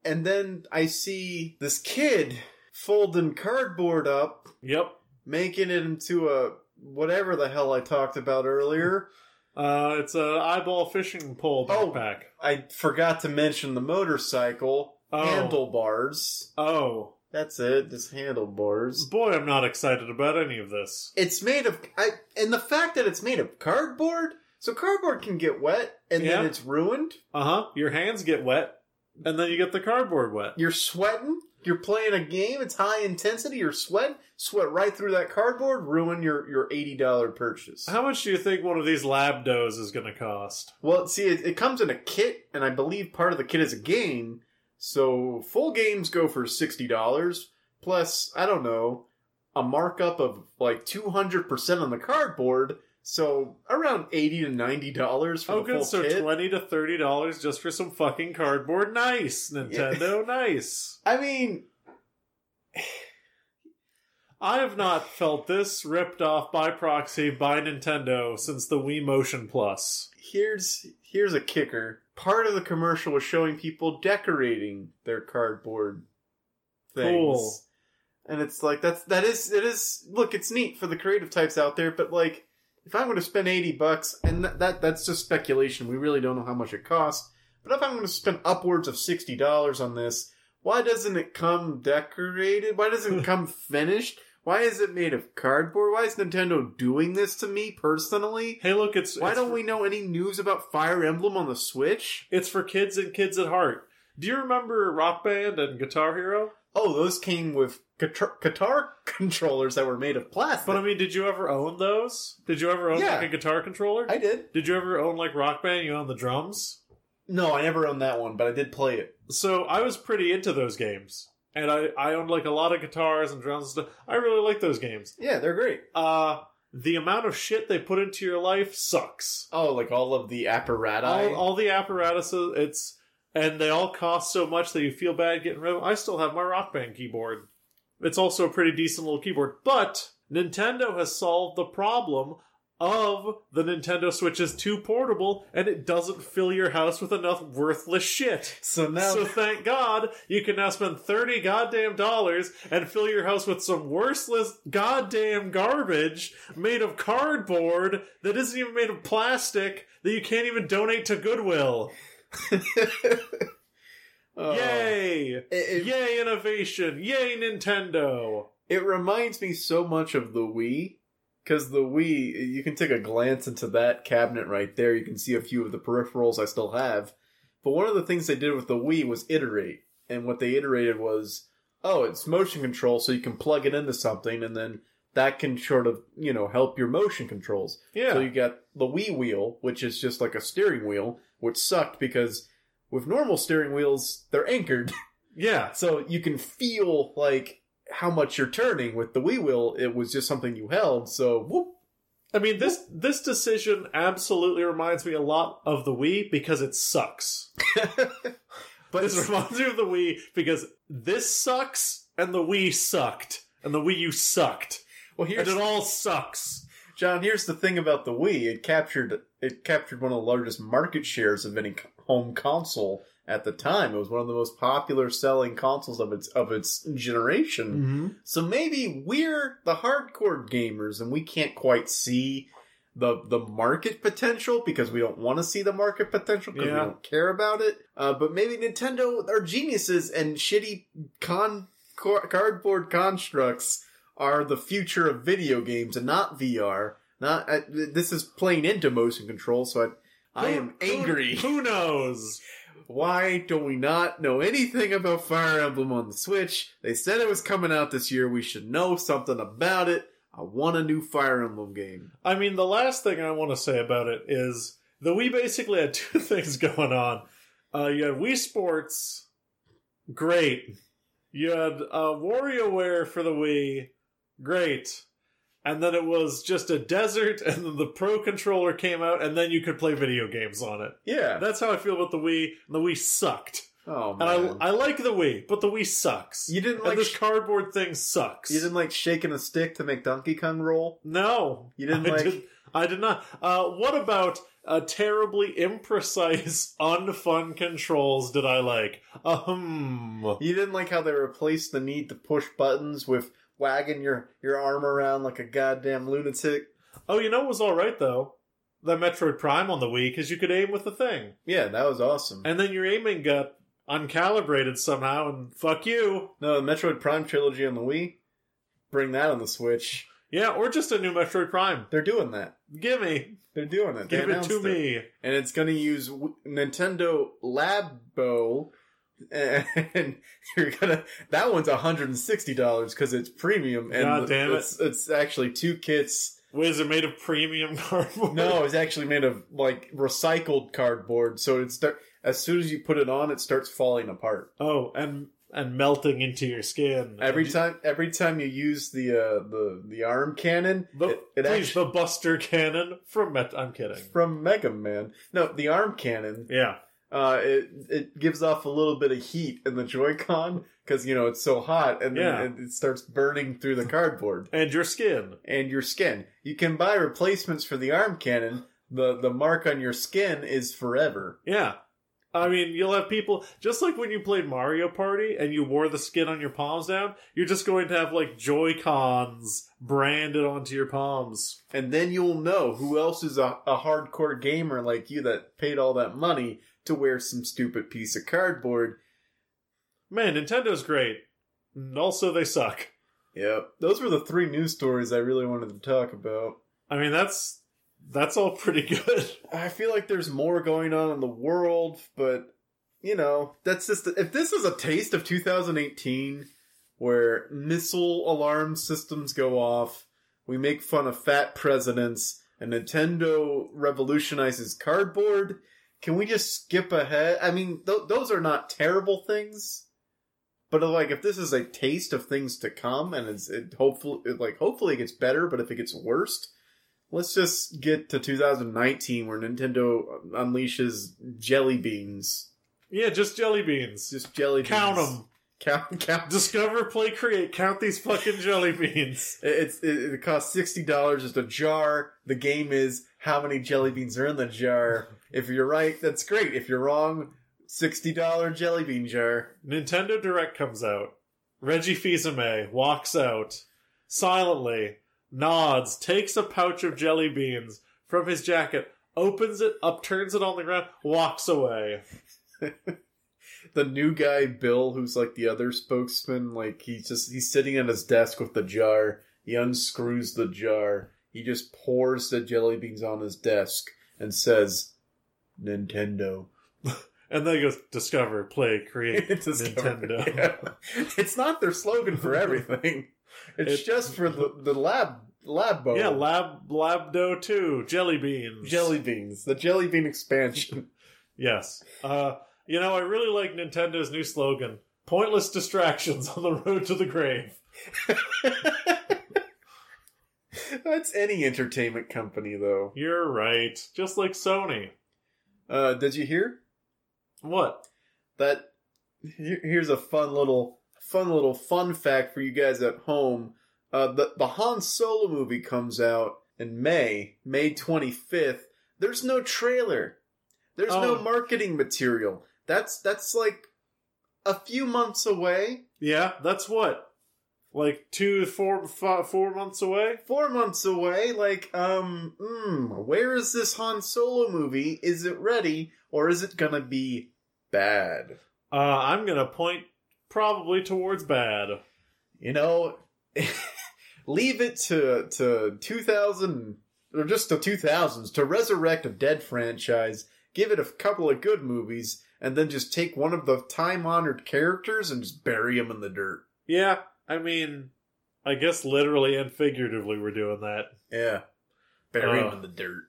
And then I see this kid folding cardboard up, Yep. making it into a whatever the hell I talked about earlier. Uh, it's a eyeball fishing pole Oh. backpack. I forgot to mention the motorcycle Oh. handlebars. Oh. That's it. Just handlebars. Boy, I'm not excited about any of this. It's made of, I, and the fact that it's made of cardboard, so cardboard can get wet, and then Yeah. it's ruined. Uh huh. Your hands get wet, and then you get the cardboard wet. You're sweating. You're playing a game. It's high intensity. You're sweating. Sweat right through that cardboard. Ruin your your eighty dollar purchase. How much do you think one of these lab does is going to cost? Well, see, it, it comes in a kit, and I believe part of the kit is a game. So full games go for sixty dollars plus I don't know a markup of like two hundred percent on the cardboard. So around eighty to ninety dollars for Oh, the full good. So kit. twenty to thirty dollars just for some fucking cardboard. Nice, Nintendo. nice. I mean, I have not felt this ripped off by proxy by Nintendo since the Wii Motion Plus. here's here's a kicker. Part of the commercial was showing people decorating their cardboard things. Cool. And it's like that's that is it is look, it's neat for the creative types out there, but like if I'm going to spend 80 bucks and that, that that's just speculation. We really don't know how much it costs. But if I'm going to spend upwards of $60 on this, why doesn't it come decorated? Why doesn't it come finished? Why is it made of cardboard? Why is Nintendo doing this to me personally? Hey, look, it's Why it's don't for, we know any news about Fire Emblem on the Switch? It's for kids and kids at heart. Do you remember Rock Band and Guitar Hero? Oh, those came with guitar, guitar controllers that were made of plastic. But I mean, did you ever own those? Did you ever own Yeah. like a guitar controller? I did. Did you ever own like Rock Band? You own the drums. No, I never owned that one, but I did play it. So I was pretty into those games, and I I owned like a lot of guitars and drums and stuff. I really like those games. Yeah, they're great. Uh the amount of shit they put into your life sucks. Oh, like all of the apparatus. All, all the apparatuses, it's and they all cost so much that you feel bad getting rid of. 'em. I still have my Rock Band keyboard. It's also a pretty decent little keyboard, but Nintendo has solved the problem of the Nintendo Switch is too portable and it doesn't fill your house with enough worthless shit. so now, So thank God you can now spend thirty goddamn dollars and fill your house with some worthless goddamn garbage made of cardboard that isn't even made of plastic that you can't even donate to Goodwill. Oh. It, Yay! it, Yay innovation! Yay Nintendo! it reminds me so much of the Wii. Because the Wii, you can take a glance into that cabinet right there. You can see a few of the peripherals I still have. But one of the things they did with the Wii was iterate. And what they iterated was, oh, it's motion control, so you can plug it into something, and then that can sort of, you know, help your motion controls. Yeah. So you got the Wii wheel, which is just like a steering wheel, which sucked because with normal steering wheels, they're anchored. yeah. So you can feel like how much you're turning with the Wii wheel. It was just something you held. So whoop. I mean this this decision absolutely reminds me a lot of the Wii because it sucks. But This reminds me of the Wii because this sucks and the Wii sucked. And the Wii U sucked. well, And here's it all sucks. John. Here's the thing about the Wii. It captured it captured one of the largest market shares of any co- home console at the time. It was one of the most popular selling consoles of its of its generation. Mm-hmm. So maybe we're the hardcore gamers and we can't quite see the the market potential because we don't want to see the market potential because we Yeah. don't care about it. Uh, but maybe Nintendo are geniuses and shitty con cor- cardboard constructs are the future of video games and not VR. Not uh, this is playing into motion control, so I, I am angry. Who, knows? Why do we not know anything about Fire Emblem on the Switch? They said it was coming out this year. We should know something about it. I want a new Fire Emblem game. I mean, the last thing I want to say about it is that we basically had two things going on. Uh, you had Wii Sports, great. You had uh, WarioWare for the Wii, great. And then it was just a desert, and then the Pro Controller came out, and then you could play video games on it. Yeah. That's how I feel about the Wii. And the Wii sucked. oh And man. I, I like the Wii, but the Wii sucks. you didn't and like this sh- cardboard thing sucks. you didn't like shaking a stick to make Donkey Kong roll. No, You didn't I like- Did, I did not. Uh, what about uh, terribly imprecise, unfun controls? Did I like? Um, You didn't like how they replaced the need to push buttons with wagging your your arm around like a goddamn lunatic. oh, you know what was all right though. The Metroid Prime on the Wii because you could aim with the thing, Yeah, that was awesome. and then your aiming got uncalibrated somehow, and fuck you. No, the Metroid Prime trilogy on the Wii. Bring that on the Switch. Yeah, or just a new Metroid Prime. They're doing that. Gimme. They're doing it. They Give it announced to me. And it's going to use w- Nintendo Labo. And you're gonna that one's hundred and sixty dollars because it's premium. And God the- damn it. It's, it's actually two kits. What is it made of premium cardboard? No, it's actually made of like recycled cardboard. So it start as soon as you put it on, it starts falling apart. Oh, and and melting into your skin. Every time, every time you use the uh, the the arm cannon, The, it, it please, actually the Buster Cannon from Met. I'm kidding. from Mega Man. No, the arm cannon. Yeah. Uh, it it gives off a little bit of heat in the Joy-Con because you know it's so hot, and then Yeah. it, it starts burning through the cardboard And your skin. and your skin. You can buy replacements for the arm cannon. The the mark on your skin is forever. Yeah. I mean, you'll have people just like when you played Mario Party and you wore the skin on your palms down, you're just going to have like Joy-Cons branded onto your palms. And then you'll know who else is a, a hardcore gamer like you that paid all that money to wear some stupid piece of cardboard. Man, Nintendo's great. And also they suck. Yep. Those were the three news stories I really wanted to talk about. I mean, that's that's all pretty good. I feel like there's more going on in the world, but you know, that's just if this is a taste of 2018 where missile alarm systems go off, we make fun of fat presidents, and Nintendo revolutionizes cardboard, can we just skip ahead? I mean, th- those are not terrible things. But like, if this is a taste of things to come, and it's it hopefully it, like hopefully it gets better, but if it gets worse, let's just get to 2019 where Nintendo unleashes jelly beans, Yeah, just jelly beans. just jelly beans. count them. count, count. Discover, play, create. Count these fucking jelly beans. It- It's it, it costs sixty dollars just a jar. The game is how many jelly beans are in the jar. If you're right, that's great. If you're wrong, sixty dollar jelly bean jar. Nintendo Direct comes out. Reggie Fils-Aimé walks out silently, nods, takes a pouch of jelly beans from his jacket, opens it, upturns it on the ground, walks away. The new guy Bill, who's like the other spokesman, like he's just he's sitting at his desk with the jar. He unscrews the jar. He just pours the jelly beans on his desk and says, "Nintendo." And then he goes, discover, play, create, It's just Nintendo. covered- yeah. It's not their slogan for everything. It's It- just for the, the lab lab bar. Yeah, Lab Labdo 2, jelly beans. jelly beans. The jelly bean expansion. Yes. Uh, you know, I really like Nintendo's new slogan, pointless distractions on the road to the grave. That's any entertainment company though. You're right. Just like Sony. Uh, did you hear What? that? here- Here's a fun little fun little fun fact for you guys at home. Uh, the the Han Solo movie comes out in May, May 25th. There's no trailer. There's Oh. no marketing material. That's that's like a few months away. Yeah, that's what. Like two, four, five, four months away. Four months away. Like, um, mm, where is this Han Solo movie? Is it ready or is it gonna be bad? Uh, I'm gonna point probably towards bad. You know, leave it to to 2000 or just the 2000s to resurrect a dead franchise. Give it a couple of good movies, and then just take one of the time honored characters and just bury him in the dirt. Yeah, I mean, I guess literally and figuratively we're doing that. Yeah, bury Uh. him in the dirt.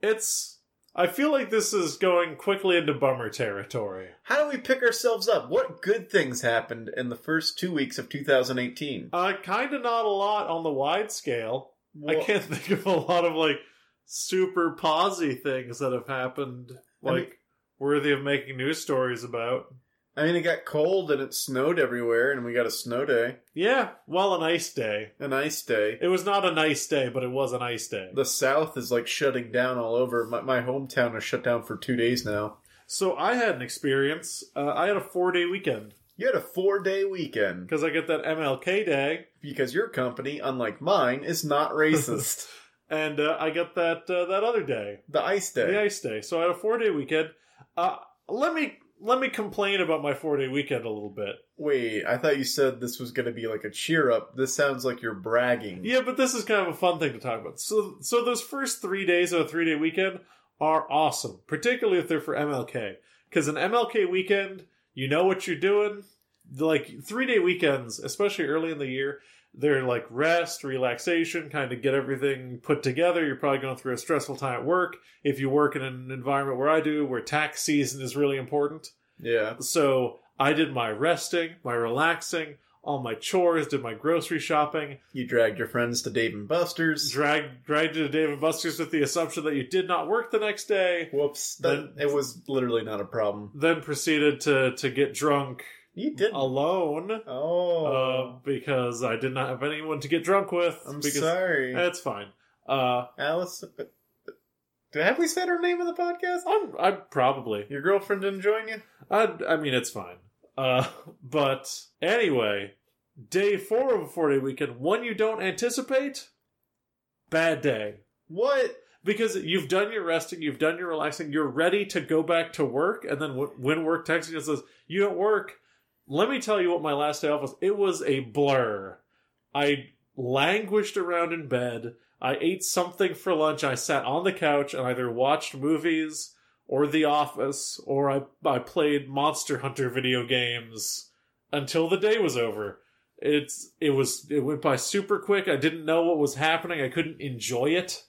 It's. I feel like this is going quickly into bummer territory. How do we pick ourselves up? What good things happened in the first two weeks of 2018? Uh, kind of not a lot on the wide scale. Well, I can't think of a lot of like super posy things that have happened, I mean- like worthy of making news stories about. I mean, it got cold and it snowed everywhere, and we got a snow day, Yeah, well, an ice day. an ice day. It was not a nice day, but it was an ice day. The South is like shutting down all over. My, my hometown is shut down for two days now. So I had an experience. Uh, I had a four day weekend You had a four day weekend because I get that MLK day, because your company, unlike mine, is not racist. and uh, I get that uh, that other day, the ice the day. ice day. So I had a four day weekend. Uh, let me let me complain about my four day weekend a little bit. Wait, I thought you said this was going to be like a cheer up. This sounds like you're bragging. Yeah, but this is kind of a fun thing to talk about. So, so those first three days of a three day weekend are awesome, particularly if they're for MLK. Because an MLK weekend, you know what you're doing. Like three day weekends, especially early in the year, they're like rest, relaxation, kind of get everything put together. You're probably going through a stressful time at work. If you work in an environment where I do, where tax season is really important. Yeah. So I did my resting, my relaxing, all my chores, did my grocery shopping, You dragged your friends to Dave and Buster's. dragged, dragged to Dave and Buster's with the assumption that you did not work the next day, Whoops. That, Then- it was literally not a problem. then proceeded to, to get drunk You didn't. alone uh, oh. because I did not have anyone to get drunk with. I'm because, sorry. That's fine. Uh, Alice. uh, Did, have we said her name on the podcast? I'm, I'm probably. Your girlfriend didn't join you? I, I mean, it's fine. Uh, but anyway, day four of a four day weekend, one you don't anticipate, bad day. What? Because you've done your resting, you've done your relaxing, you're ready to go back to work, and then w- when work texts you and says, You don't work, let me tell you what my last day off was. It was a blur. I languished around in bed. I ate something for lunch. I sat on the couch and either watched movies or The Office, or I, I played Monster Hunter video games until the day was over. It's it was it went by super quick. I didn't know what was happening. I couldn't enjoy it.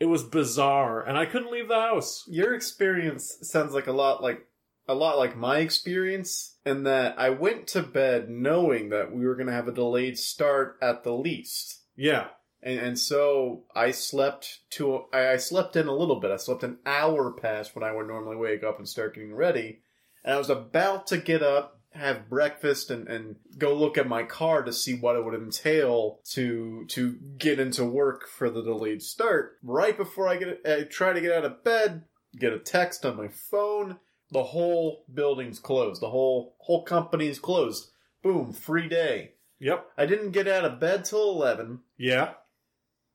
It was bizarre, and I couldn't leave the house. Your experience sounds like a lot like a lot like my experience in that I went to bed knowing that we were going to have a delayed start at the least. Yeah, And, and so I slept to I, I slept in a little bit. I slept an hour past when I would normally wake up and start getting ready. And I was about to get up, have breakfast, and, and go look at my car to see what it would entail to to get into work for the delayed start. Right before I get I try to get out of bed, get a text on my phone. The whole building's closed. The whole whole company's closed. Boom, free day. yep, I didn't get out of bed till eleven. yeah,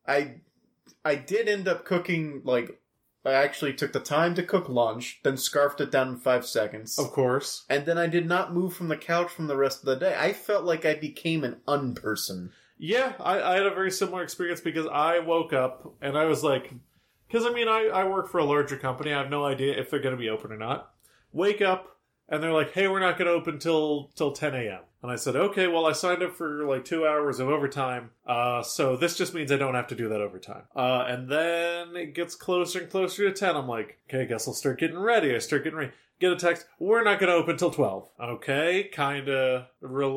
I I did end up cooking like I actually took the time to cook lunch, then scarfed it down in five seconds. of course. And then I did not move from the couch from the rest of the day. I felt like I became an unperson. Yeah, I, I had a very similar experience because I woke up and I was like, because I mean, I, I work for a larger company. I have no idea if they're going to be open or not. Wake up and they're like, hey, we're not going to open till till 10 a.m. And I said, okay, well, I signed up for like two hours of overtime. Uh, so this just means I don't have to do that overtime. Uh, and then it gets closer and closer to 10. I'm like, okay, I guess I'll start getting ready. I start getting ready. Get a text. We're not going to open till 12. Okay, kind of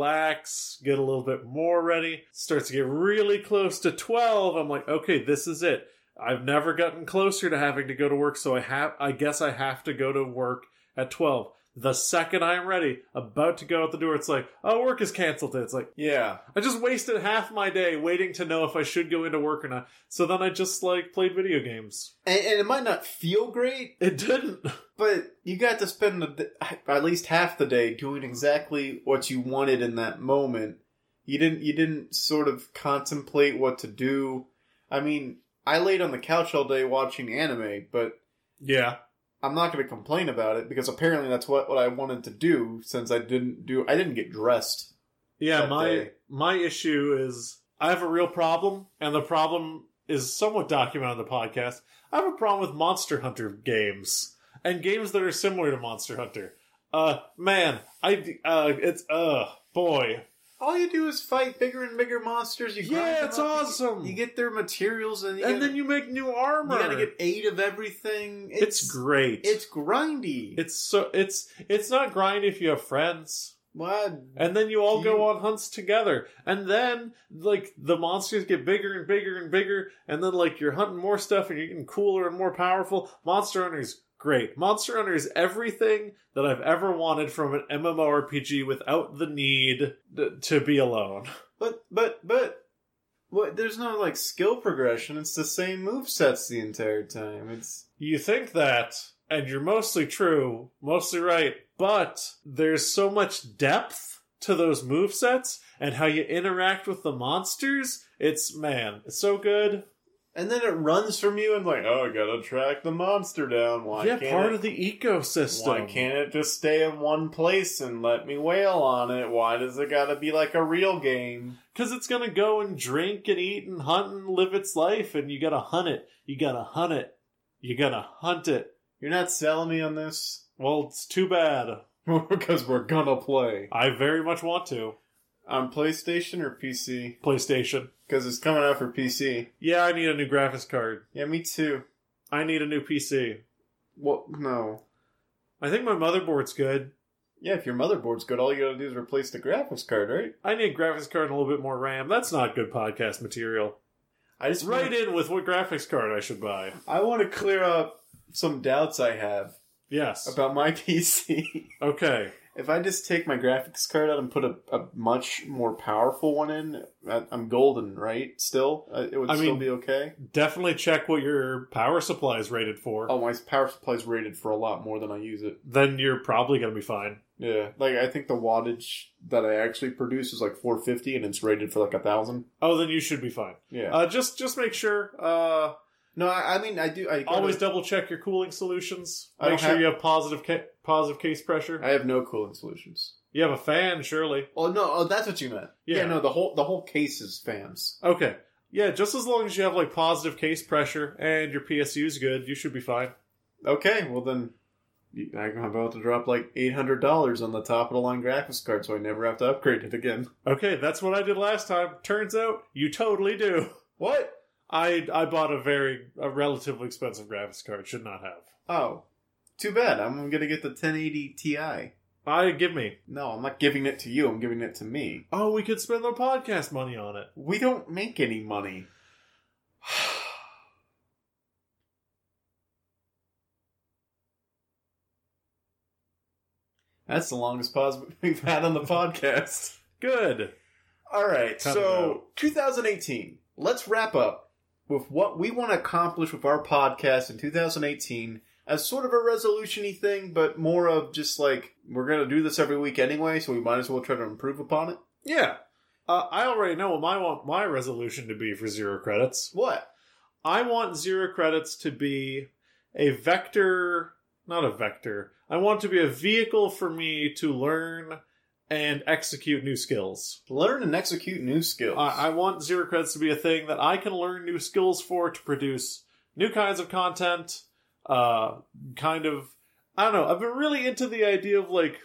relax, get a little bit more ready. Starts to get really close to 12. I'm like, okay, this is it. I've never gotten closer to having to go to work, so I have I guess I have to go to work at 12. The second I am ready, about to go out the door, it's like, oh, work is canceled. It's like, Yeah. I just wasted half my day waiting to know if I should go into work or not. So then I just, like, played video games. And, and it might not feel great, It didn't. but you got to spend the, d- at least half the day doing exactly what you wanted in that moment. You didn't you didn't sort of contemplate what to do. I mean, I laid on the couch all day watching anime, but Yeah. I'm not going to complain about it because apparently that's what, what I wanted to do since I didn't do I didn't get dressed. Yeah, That my day. my issue is I have a real problem, and the problem is somewhat documented on the podcast. I have a problem with Monster Hunter games and games that are similar to Monster Hunter. Uh, man, I uh, it's uh, boy, All you do is fight bigger and bigger monsters. You grind yeah, them it's up, awesome. You get their materials and, you and gotta, then you make new you armor. got to get eight of everything. it's, great. It's grindy. it's so it's it's not grind if you have friends. What? And then you all You- go on hunts together. And then, like, the monsters get bigger and bigger and bigger. And then, like, you're hunting more stuff and you're getting cooler and more powerful. Monster Hunter is great. Monster Hunter is everything that I've ever wanted from an MMORPG without the need th- to be alone. But but but what? There's no like skill progression. It's the same move sets the entire time. It's You think that, and you're mostly true, mostly right, but there's so much depth to those movesets and how you interact with the monsters. It's, man, it's so good. And then it runs from you and like, oh, I gotta track the monster down. Why yeah, can't part it, of the ecosystem. why can't it just stay in one place and let me wail on it? Why does it gotta be like a real game? Because it's gonna go and drink and eat and hunt and live its life, and you gotta hunt it. You gotta hunt it. You gotta hunt it. You're not selling me on this Well, it's too bad. because we're gonna play I very much want to. on PlayStation or PC PlayStation. because it's coming out for PC. Yeah, I need a new graphics card. Yeah, me too. I need a new PC. Well, no. I think my motherboard's good. Yeah, if your motherboard's good, all you gotta do is replace the graphics card, right? I need a graphics card and a little bit more RAM. That's not good podcast material. I just Right wanna, in with what graphics card I should buy. I want to clear up some doubts I have Yes. about my PC. Okay. if I just take my graphics card out and put a, a much more powerful one in, I, I'm golden, right? Still, Uh, it would I still mean- be okay. Definitely check what your power supply is rated for. Oh, my power supply's rated for a lot more than I use it. Then you're probably going to be fine. Yeah, like I think the wattage that I actually produce is like 450, and it's rated for like a thousand. Oh, then you should be fine. Yeah. Uh, just just make sure. Uh, no, I, I mean I do. I gotta- always double check your cooling solutions. Make I don't sure have- you have positive ca- positive case pressure. I have no cooling solutions. You have a fan, surely. Oh no! Oh, that's what you meant. Yeah. Yeah. no, the whole the whole case is fans. Okay. Yeah, just as long as you have like positive case pressure and your PSU's good, you should be fine. Okay, well then, you- I'm about to drop like eight hundred dollars on the top of the line graphics card, so I never have to upgrade it again. Okay, that's what I did last time. Turns out you totally do. What? I I bought a very a relatively expensive graphics card. Should not have. Oh, too bad. I'm gonna get the 1080 Ti. I give me. No, I'm not giving it to you. I'm giving it to me. Oh, we could spend the podcast money on it. We don't make any money. That's the longest pause we've had on the podcast. Good. All right, Cut it so out. 2018. Let's wrap up with what we want to accomplish with our podcast in 2018 as sort of a resolution-y thing, but more of just like we're going to do this every week anyway, so we might as well try to improve upon it. Yeah. Uh, I already know what my want my resolution to be for zero credits. What? I want zero credits to be a vector, not a vector. I want it to be a vehicle for me to learn and execute new skills. Learn and execute new skills. I, I want zero credits to be a thing that I can learn new skills for to produce new kinds of content. Uh, kind of, I don't know. I've been really into the idea of like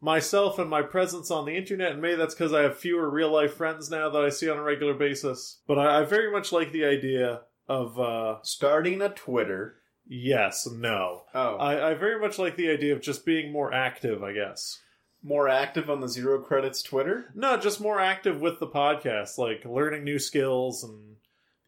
myself and my presence on the internet, and maybe that's because I have fewer real life friends now that I see on a regular basis. But I, I very much like the idea of uh, starting a Twitter. yes, no. Oh, I, I very much like the idea of just being more active. I guess more active on the zero credits Twitter. no, just more active with the podcast, like learning new skills and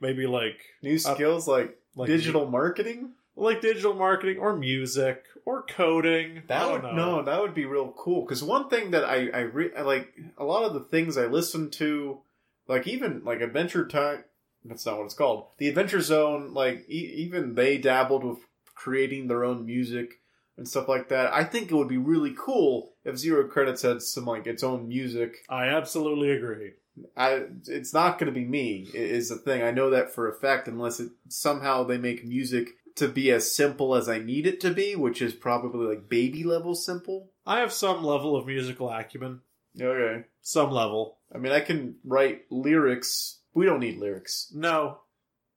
maybe like New skills like, Uh, like digital marketing. like digital marketing or music or coding. I That don't would know. no, that would be real cool. Because one thing that I I, re- I like a lot of the things I listen to, like even like Adventure Time. That's not what it's called. The Adventure Zone. Like e- even they dabbled with creating their own music and stuff like that. I think it would be really cool if Zero Credits had some like its own music. I absolutely agree. I it's not going to be me i- is the thing. I know that for a fact unless it somehow they make music to be as simple as I need it to be, which is probably like baby level simple. I have some level of musical acumen, Okay. some level. I mean, I can write lyrics. We don't need lyrics. No,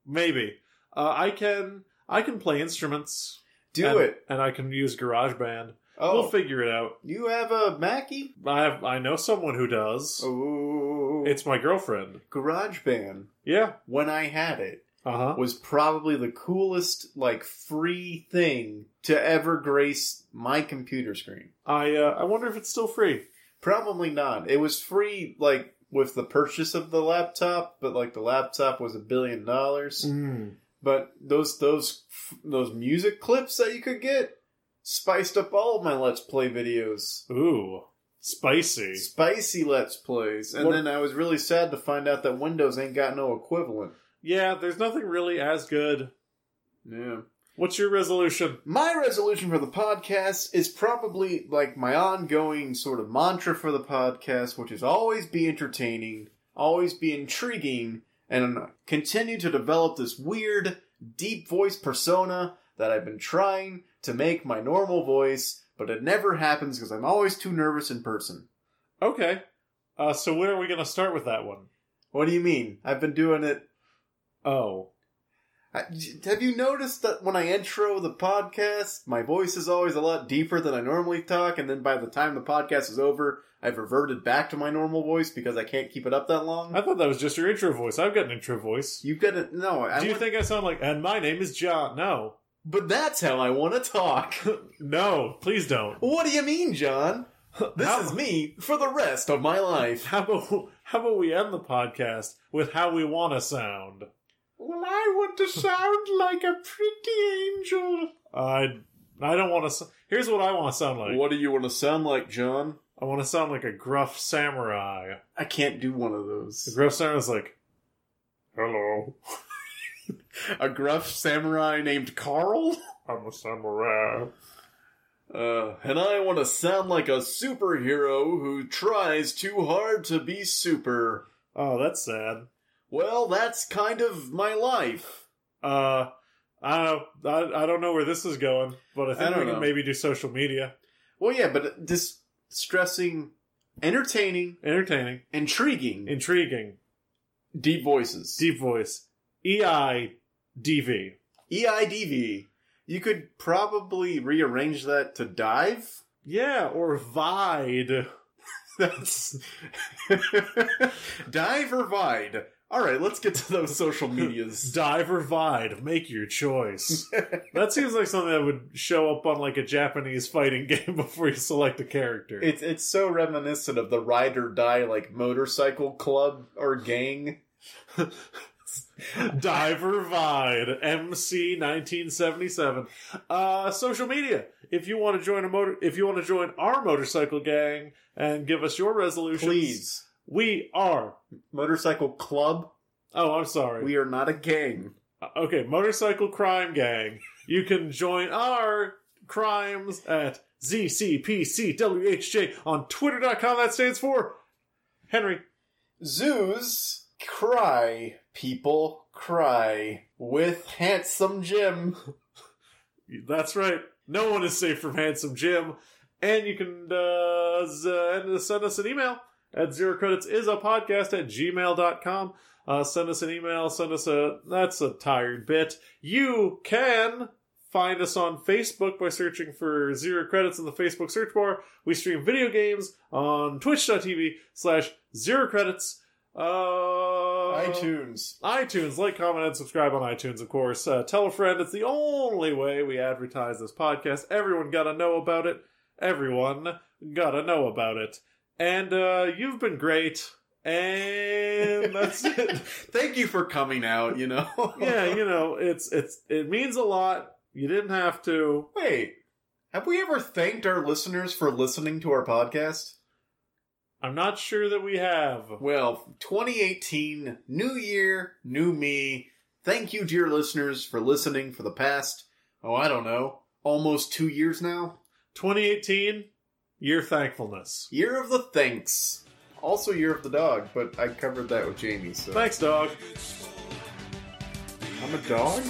maybe uh, I can. I can play instruments. Do and- it. and I can use GarageBand. Oh, We'll figure it out. you have a Mackie? I have, I know someone who does. Oh, It's my girlfriend. GarageBand. Yeah. When I had it, Uh huh. was probably the coolest, like free thing to ever grace my computer screen. I uh, I wonder if it's still free. Probably not. It was free, like with the purchase of the laptop, but like the laptop was a billion dollars. Mm. But those those those music clips that you could get spiced up all of my let's play videos. Ooh, spicy. Spicy let's plays. And What- then I was really sad to find out that Windows ain't got no equivalent. Yeah, there's nothing really as good. Yeah. What's your resolution? My resolution for the podcast is probably like my ongoing sort of mantra for the podcast, which is always be entertaining, always be intriguing, and continue to develop this weird, deep voice persona that I've been trying to make my normal voice, but it never happens because I'm always too nervous in person. Okay. Uh, so where are we going to start with that one? What do you mean? I've been doing it. Oh. I, have you noticed that when I intro the podcast, my voice is always a lot deeper than I normally talk, and then by the time the podcast is over, I've reverted back to my normal voice because I can't keep it up that long? I thought that was just your intro voice. I've got an intro voice. You've got to no. I Do you want- think I sound like, and my name is John? No. But that's how I want to talk. No, please don't. what do you mean, John? This How- is me for the rest of my life. How about, how about we end the podcast with how we want to sound? Well, I want to sound like a pretty angel. I I don't want to. Here's what I want to sound like. What do you want to sound like, John? I want to sound like a gruff samurai. I can't do one of The those. gruff samurai's like, "Hello, A gruff samurai named Carl? I'm a samurai." Uh, and I want to sound like a superhero who tries too hard to be super. Oh, that's sad. Well, that's kind of my life. Uh, I don't know. I, I don't know where this is going, but I I think don't we can know. maybe do social media, Well, yeah, but just stressing, entertaining, entertaining, intriguing, intriguing, deep voices. deep voice, E I D V. E EIDV. You could probably rearrange that to dive. Yeah, or vide. That's dive or vide. All right, let's get to those social medias. Dive or vide, make your choice. that seems like something that would show up on like a Japanese fighting game before you select a character. It's it's so reminiscent of the ride or die like motorcycle club or gang. Diver Vide, MC 1977. Uh, social media. If you want to join a motor, if you want to join our motorcycle gang and give us your resolutions, Please, We are. motorcycle club. Oh, I'm sorry. Uh, We are not a gang. okay, motorcycle crime gang. You can join our crimes at ZCPCWHJ on Twitter.com. That stands for Henry. Zoos cry. People cry with handsome Jim. That's right. No one is safe from Handsome Jim. And you can uh, s- uh, send us an email at zero credits is a podcast at gmail.com. Uh, send us an email. Send us a. That's a tired bit. You can find us on Facebook by searching for zero credits in the Facebook search bar. We stream video games on twitch.tv slash zero credits. Uh, iTunes. iTunes. Like, comment, and subscribe on iTunes, of course. Uh, tell a friend. It's the only way we advertise this podcast. Everyone gotta know about it. Everyone gotta know about it. And uh, you've been great. And that's it. Thank you for coming out, you know. yeah, you know, it's it's it means a lot. You didn't have to. Wait. Have we ever thanked our listeners for listening to our podcast? I'm not sure that we have. Well, 2018, new year, new me. Thank you, dear listeners, for listening for the past, oh, I don't know, almost two years now. 2018, year thankfulness. Year of the Thanks. Also, Year of the Dog, but I covered that with Jamie, so. Thanks, dog. I'm a dog?